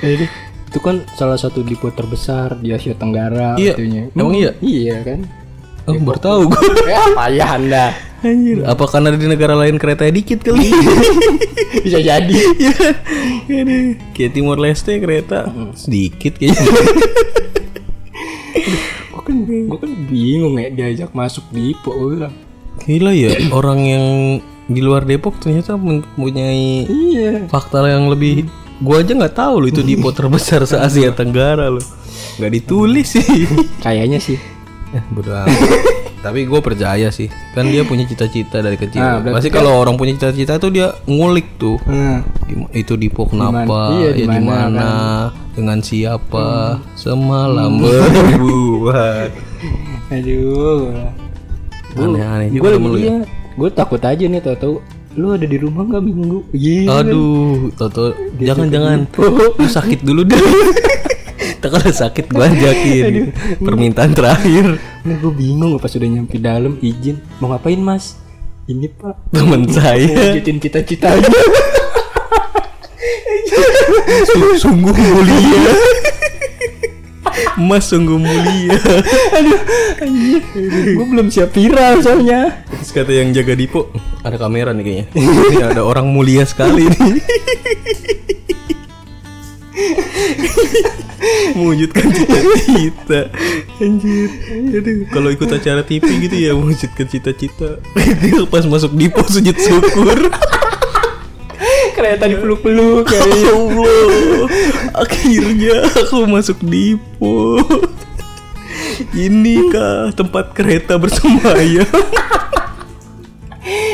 [SPEAKER 2] Jadi, Itu kan salah satu depo terbesar di Asia Tenggara
[SPEAKER 1] Iya.
[SPEAKER 2] katanya.
[SPEAKER 1] Emang iya?
[SPEAKER 2] Iya kan
[SPEAKER 1] Oh, baru tahu gue.
[SPEAKER 2] Ya payah anda
[SPEAKER 1] Anjir, apa karena di negara lain keretanya dikit kali?
[SPEAKER 2] Bisa jadi
[SPEAKER 1] Iya. Aduh. Kayak Timor Leste kereta sedikit kayaknya.
[SPEAKER 2] gue kan gue kan bingung ya diajak masuk Dipo gue bilang
[SPEAKER 1] Gila ya, orang yang di luar Depok ternyata mempunyai
[SPEAKER 2] iya
[SPEAKER 1] fakta yang lebih gua aja nggak tahu loh itu Dipo terbesar se Asia Tenggara loh. Nggak ditulis sih.
[SPEAKER 2] kayaknya sih
[SPEAKER 1] Eh, bodo amat. Tapi gue percaya sih, kan dia punya cita-cita dari kecil.
[SPEAKER 2] Nah,
[SPEAKER 1] Pasti
[SPEAKER 2] berarti
[SPEAKER 1] kalau orang punya cita-cita tuh dia ngulik tuh.
[SPEAKER 2] Nah,
[SPEAKER 1] Di- itu di pok kenapa?
[SPEAKER 2] Iya, kan? Hmm.
[SPEAKER 1] Ya,
[SPEAKER 2] di
[SPEAKER 1] di
[SPEAKER 2] mana,
[SPEAKER 1] mana? Dengan siapa? Semalam berbuat.
[SPEAKER 2] aduh
[SPEAKER 1] Aneh-aneh
[SPEAKER 2] gue
[SPEAKER 1] juga temen lu ya.
[SPEAKER 2] iya gue takut aja nih tau tau lu ada di rumah nggak minggu iya
[SPEAKER 1] Aduh, Toto, jangan-jangan. Lu sakit dulu deh. Ntar Kalau sakit gua ajakin Permintaan terakhir
[SPEAKER 2] nah, gue bingung pas udah nyampe dalam izin mau ngapain mas ini pak
[SPEAKER 1] Temen
[SPEAKER 2] mau
[SPEAKER 1] saya
[SPEAKER 2] wujudin cita-citanya Iya.
[SPEAKER 1] Sungguh mulia Mas sungguh mulia
[SPEAKER 2] gue belum siap viral soalnya
[SPEAKER 1] Terus kata yang jaga Dipo, ada kamera nih kayaknya. Ini ada orang mulia sekali nih. mewujudkan cita-cita anjir Aduh, kalau ikut acara TV gitu ya mewujudkan cita-cita dia pas masuk Dipo sujud syukur
[SPEAKER 2] kereta dipeluk-peluk kayak
[SPEAKER 1] ya Allah akhirnya aku masuk Dipo ini kah tempat kereta bersemayam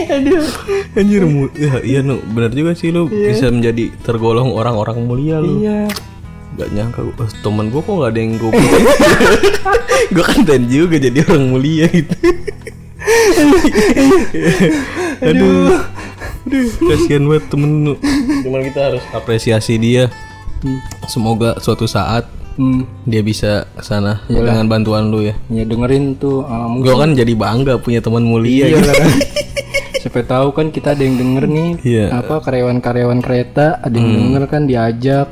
[SPEAKER 2] aduh
[SPEAKER 1] Anjir mu ya, iya nu benar juga sih lu bisa menjadi tergolong orang-orang mulia lu.
[SPEAKER 2] iya
[SPEAKER 1] Gak nyangka gua, eh, temen gua kok gak ada yang gua Gua kan dan juga jadi orang mulia gitu. Aduh. Aduh, kasihan banget temen lu. Hmm. Cuman kita harus apresiasi dia. Semoga suatu saat
[SPEAKER 2] hmm.
[SPEAKER 1] dia bisa ke sana dengan bantuan lu ya.
[SPEAKER 2] ya dengerin tuh uh, mungkin
[SPEAKER 1] Gua kan jadi bangga punya teman
[SPEAKER 2] Iya,
[SPEAKER 1] mulia gitu.
[SPEAKER 2] Siapa tahu kan kita ada yang denger nih
[SPEAKER 1] Iya.
[SPEAKER 2] apa karyawan-karyawan kereta ada yang denger kan diajak.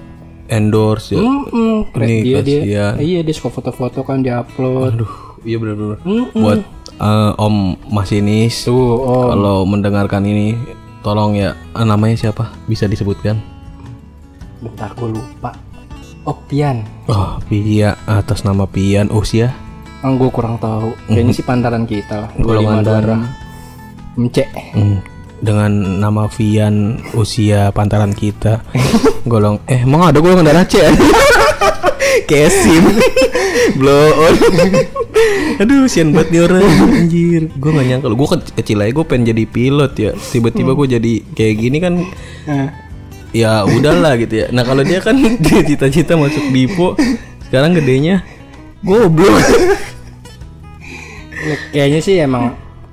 [SPEAKER 1] Endorse ya.
[SPEAKER 2] Mm-mm, keren
[SPEAKER 1] Ini
[SPEAKER 2] dia dia.
[SPEAKER 1] kasihan.
[SPEAKER 2] Iya dia suka foto-foto kan diupload.
[SPEAKER 1] Aduh, iya benar-benar. Buat eh, Om Masinis,
[SPEAKER 2] Tuh, oh
[SPEAKER 1] kalau mendengarkan ini, tolong ya eh, namanya siapa? Bisa disebutkan?
[SPEAKER 2] bentar gue lupa. Opian.
[SPEAKER 1] Oh, Pia atas nama Pian usia
[SPEAKER 2] Oh, gue kurang tahu. Kayaknya sih pantaran kita lah.
[SPEAKER 1] golongan darah.
[SPEAKER 2] Mce.
[SPEAKER 1] Hmm, Dengan nama Vian usia pantaran kita golong eh emang ada golongan darah C eh? kesim blow on aduh sian banget nih orang anjir gue gak nyangka gue kecil aja gue pengen jadi pilot ya tiba-tiba gue jadi kayak gini kan ya udahlah gitu ya nah kalau dia kan dia cita-cita masuk dipo sekarang gedenya Goblok.
[SPEAKER 2] Ya, Kayaknya sih emang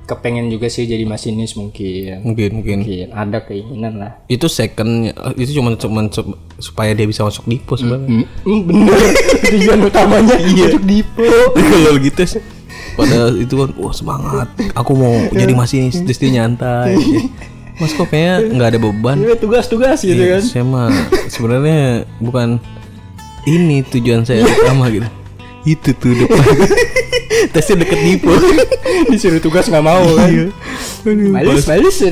[SPEAKER 2] kepengen juga sih jadi masinis mungkin.
[SPEAKER 1] mungkin mungkin.
[SPEAKER 2] Mungkin ada keinginan lah.
[SPEAKER 1] Itu second itu cuma cuman sup- supaya dia bisa masuk dipo sebenarnya.
[SPEAKER 2] Hmm, bener tujuan utamanya iya. untuk dipo.
[SPEAKER 1] Kalau gitu sih. Pada itu kan, wah semangat. Aku mau jadi masinis, terus dia nyantai. Mas kok kayaknya nggak ada beban.
[SPEAKER 2] Iya, tugas-tugas gitu
[SPEAKER 1] Iya, Saya mah sebenarnya bukan ini tujuan saya utama gitu. Itu tuh depan. Tesnya deket Dipo.
[SPEAKER 2] Disuruh tugas nggak mau kan. Males, males ya.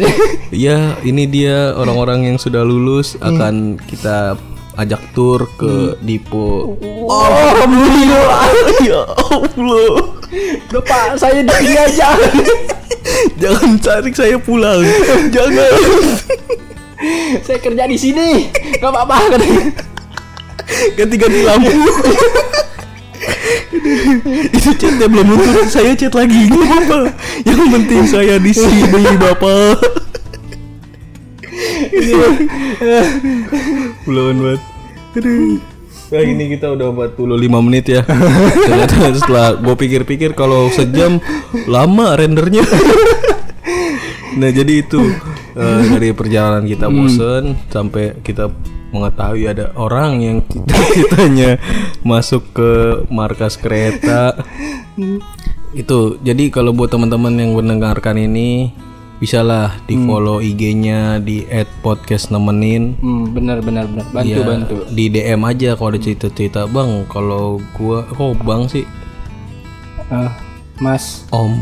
[SPEAKER 1] Iya, ini dia orang-orang yang sudah lulus akan kita ajak tur ke Dipo.
[SPEAKER 2] Alhamdulillah.
[SPEAKER 1] Oh, Ya Allah.
[SPEAKER 2] Udah Pak, saya di aja.
[SPEAKER 1] Jangan cari saya pulang. Jangan.
[SPEAKER 2] saya kerja di sini. Gak apa-apa kan? katanya.
[SPEAKER 1] Ganti-ganti lampu. Itu chatnya belum muncul, saya chat lagi. Ini apa? Yang penting saya di sini, Bapak. Belum banget. Aduh. Nah, ini kita udah 45 menit ya. Ternyata setelah gue pikir-pikir kalau sejam lama rendernya. Nah, jadi itu eh, dari perjalanan kita bosen sampai kita mengetahui ada orang yang kita kitanya masuk ke markas kereta. Itu. Jadi kalau buat teman-teman yang mendengarkan ini bisalah di follow IG-nya di @podcastnemenin
[SPEAKER 2] Hmm, benar benar benar. Bantu
[SPEAKER 1] Iya,
[SPEAKER 2] bantu.
[SPEAKER 1] di DM aja kalau ada cerita-cerita bang kalau gua kok bang sih
[SPEAKER 2] Ah, mas.
[SPEAKER 1] om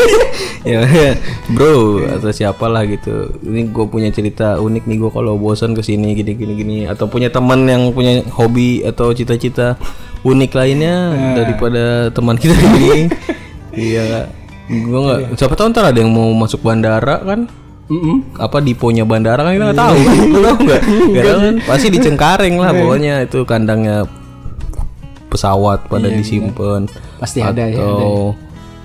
[SPEAKER 1] ya ya, bro atau siapalah gitu ini gue punya cerita unik nih gue kalau bosan kesini gini gini gini atau punya teman yang punya hobi atau cita-cita unik lainnya
[SPEAKER 2] Nah.
[SPEAKER 1] daripada teman kita ini iya gue nggak siapa tahu ntar ada yang mau masuk bandara kan
[SPEAKER 2] Mm-mm.
[SPEAKER 1] apa diponya bandara kan kita nggak tahu Lu tahu nggak Nggak tahu kan pasti di Cengkareng lah pokoknya itu kandangnya pesawat pada disimpan
[SPEAKER 2] Pasti ada ya. Hmm,
[SPEAKER 1] atau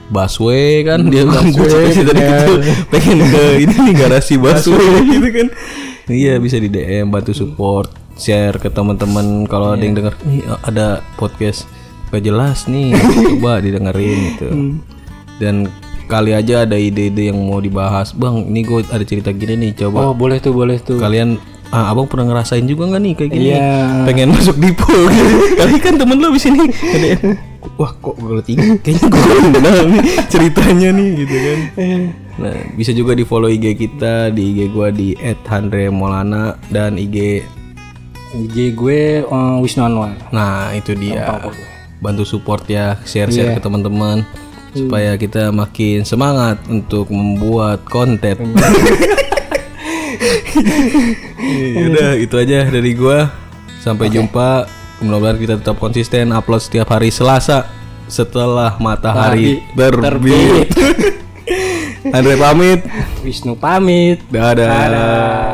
[SPEAKER 1] busway kan dia kan gue tadi
[SPEAKER 2] iya.
[SPEAKER 1] gitu pengen ke ini nih garasi busway gitu kan iya bisa di DM bantu support share ke teman-teman kalau ada
[SPEAKER 2] Iya.
[SPEAKER 1] yang dengar nih ada podcast gak jelas nih coba didengerin gitu
[SPEAKER 2] Hmm.
[SPEAKER 1] dan kali aja ada ide-ide yang mau dibahas bang ini gue ada cerita gini nih coba
[SPEAKER 2] Oh, boleh tuh, boleh tuh.
[SPEAKER 1] kalian ah, abang pernah ngerasain juga nggak nih kayak gini
[SPEAKER 2] Iya.
[SPEAKER 1] pengen masuk dipo gitu. kali kan temen lu di sini ada yang, wah kok gue tinggi kayaknya gue kenal nih ceritanya nih gitu kan nah bisa juga di follow IG kita di IG gua di @handremolana dan IG
[SPEAKER 2] IG gue eh, Wisnu Anwar.
[SPEAKER 1] nah itu dia bantu support ya share share ke teman-teman supaya kita makin semangat untuk membuat konten Iya, udah itu aja dari gua. Sampai jumpa. Mudah-mudahan kita tetap konsisten upload setiap hari Selasa setelah matahari terbit. Andre pamit.
[SPEAKER 2] Wisnu pamit.
[SPEAKER 1] Dadah.